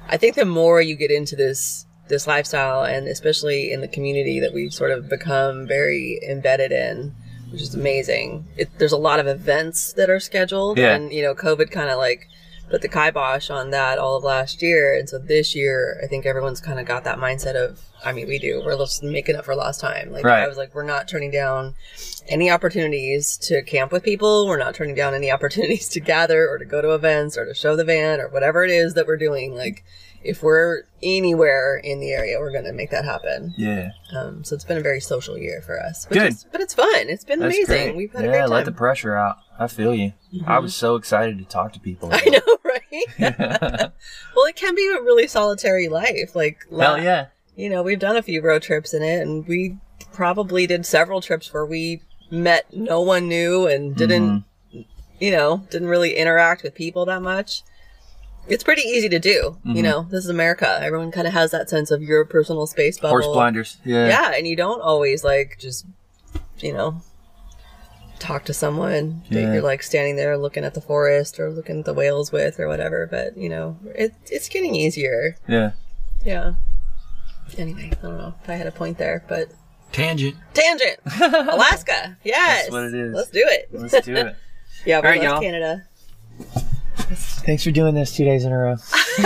Speaker 2: I think the more you get into this this lifestyle, and especially in the community that we've sort of become very embedded in, which is amazing. It, there's a lot of events that are scheduled,
Speaker 3: Yeah.
Speaker 2: and you know, COVID kind of like put the kibosh on that all of last year, and so this year I think everyone's kind of got that mindset of. I mean, we do. We're just making up for lost time. Like
Speaker 3: Right.
Speaker 2: I was like, we're not turning down any opportunities to camp with people. We're not turning down any opportunities to gather or to go to events or to show the van or whatever it is that we're doing. Like, if we're anywhere in the area, we're going to make that happen.
Speaker 3: Yeah.
Speaker 2: Um, so it's been a very social year for us. Which
Speaker 3: Good.
Speaker 2: Is, but it's fun. It's been
Speaker 3: That's
Speaker 2: amazing.
Speaker 3: great.
Speaker 2: We've had
Speaker 3: yeah,
Speaker 2: a great time. Mm-hmm.
Speaker 3: let the pressure out. I feel you. I was so excited to talk to people.
Speaker 2: I know, right? well, it can be a really solitary life. Like,
Speaker 3: Hell yeah.
Speaker 2: you know, we've done a few road trips in it, and we probably did several trips where we met no one new and didn't,
Speaker 3: Mm-hmm.
Speaker 2: you know, didn't really interact with people that much. It's pretty easy to do.
Speaker 3: Mm-hmm.
Speaker 2: You know, this is America. Everyone kind of has that sense of your personal space bubble.
Speaker 3: Horse blinders. Yeah.
Speaker 2: Yeah, and you don't always like just, you know, talk to someone that
Speaker 3: Yeah.
Speaker 2: you're like standing there looking at the forest or looking at the whales with or whatever. But you know, it, it's getting easier.
Speaker 3: Yeah.
Speaker 2: Yeah. Anyway, I don't know if I had a point there, but
Speaker 4: Tangent.
Speaker 2: tangent, Alaska. Yes,
Speaker 3: That's what it is.
Speaker 2: Let's do it.
Speaker 3: Let's do it.
Speaker 2: yeah, we
Speaker 3: All right,
Speaker 2: left
Speaker 3: y'all.
Speaker 2: Canada.
Speaker 3: Thanks for doing this two days in a row.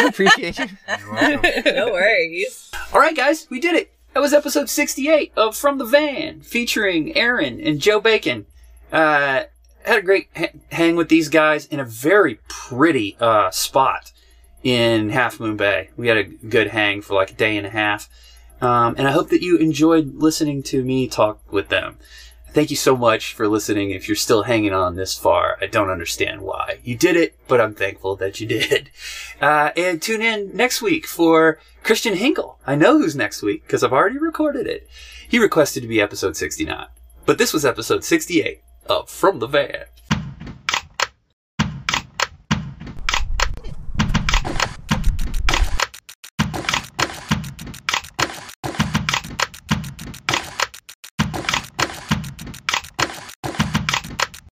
Speaker 3: Appreciate you.
Speaker 4: You're welcome.
Speaker 2: No worries.
Speaker 1: All right, guys, we did it. That was episode 68 of From the Van, featuring Aaron and Joe Bacon. Uh, had a great ha- hang with these guys in a very pretty uh, spot in Half Moon Bay. We had a good hang for like a day and a half. Um, and I hope that you enjoyed listening to me talk with them. Thank you so much for listening. If you're still hanging on this far, I don't understand why. You did it, but I'm thankful that you did. Uh, and tune in next week for Christian Hinkle. I know who's next week because I've already recorded it. He requested to be episode 69, but this was episode 68 of From the Van.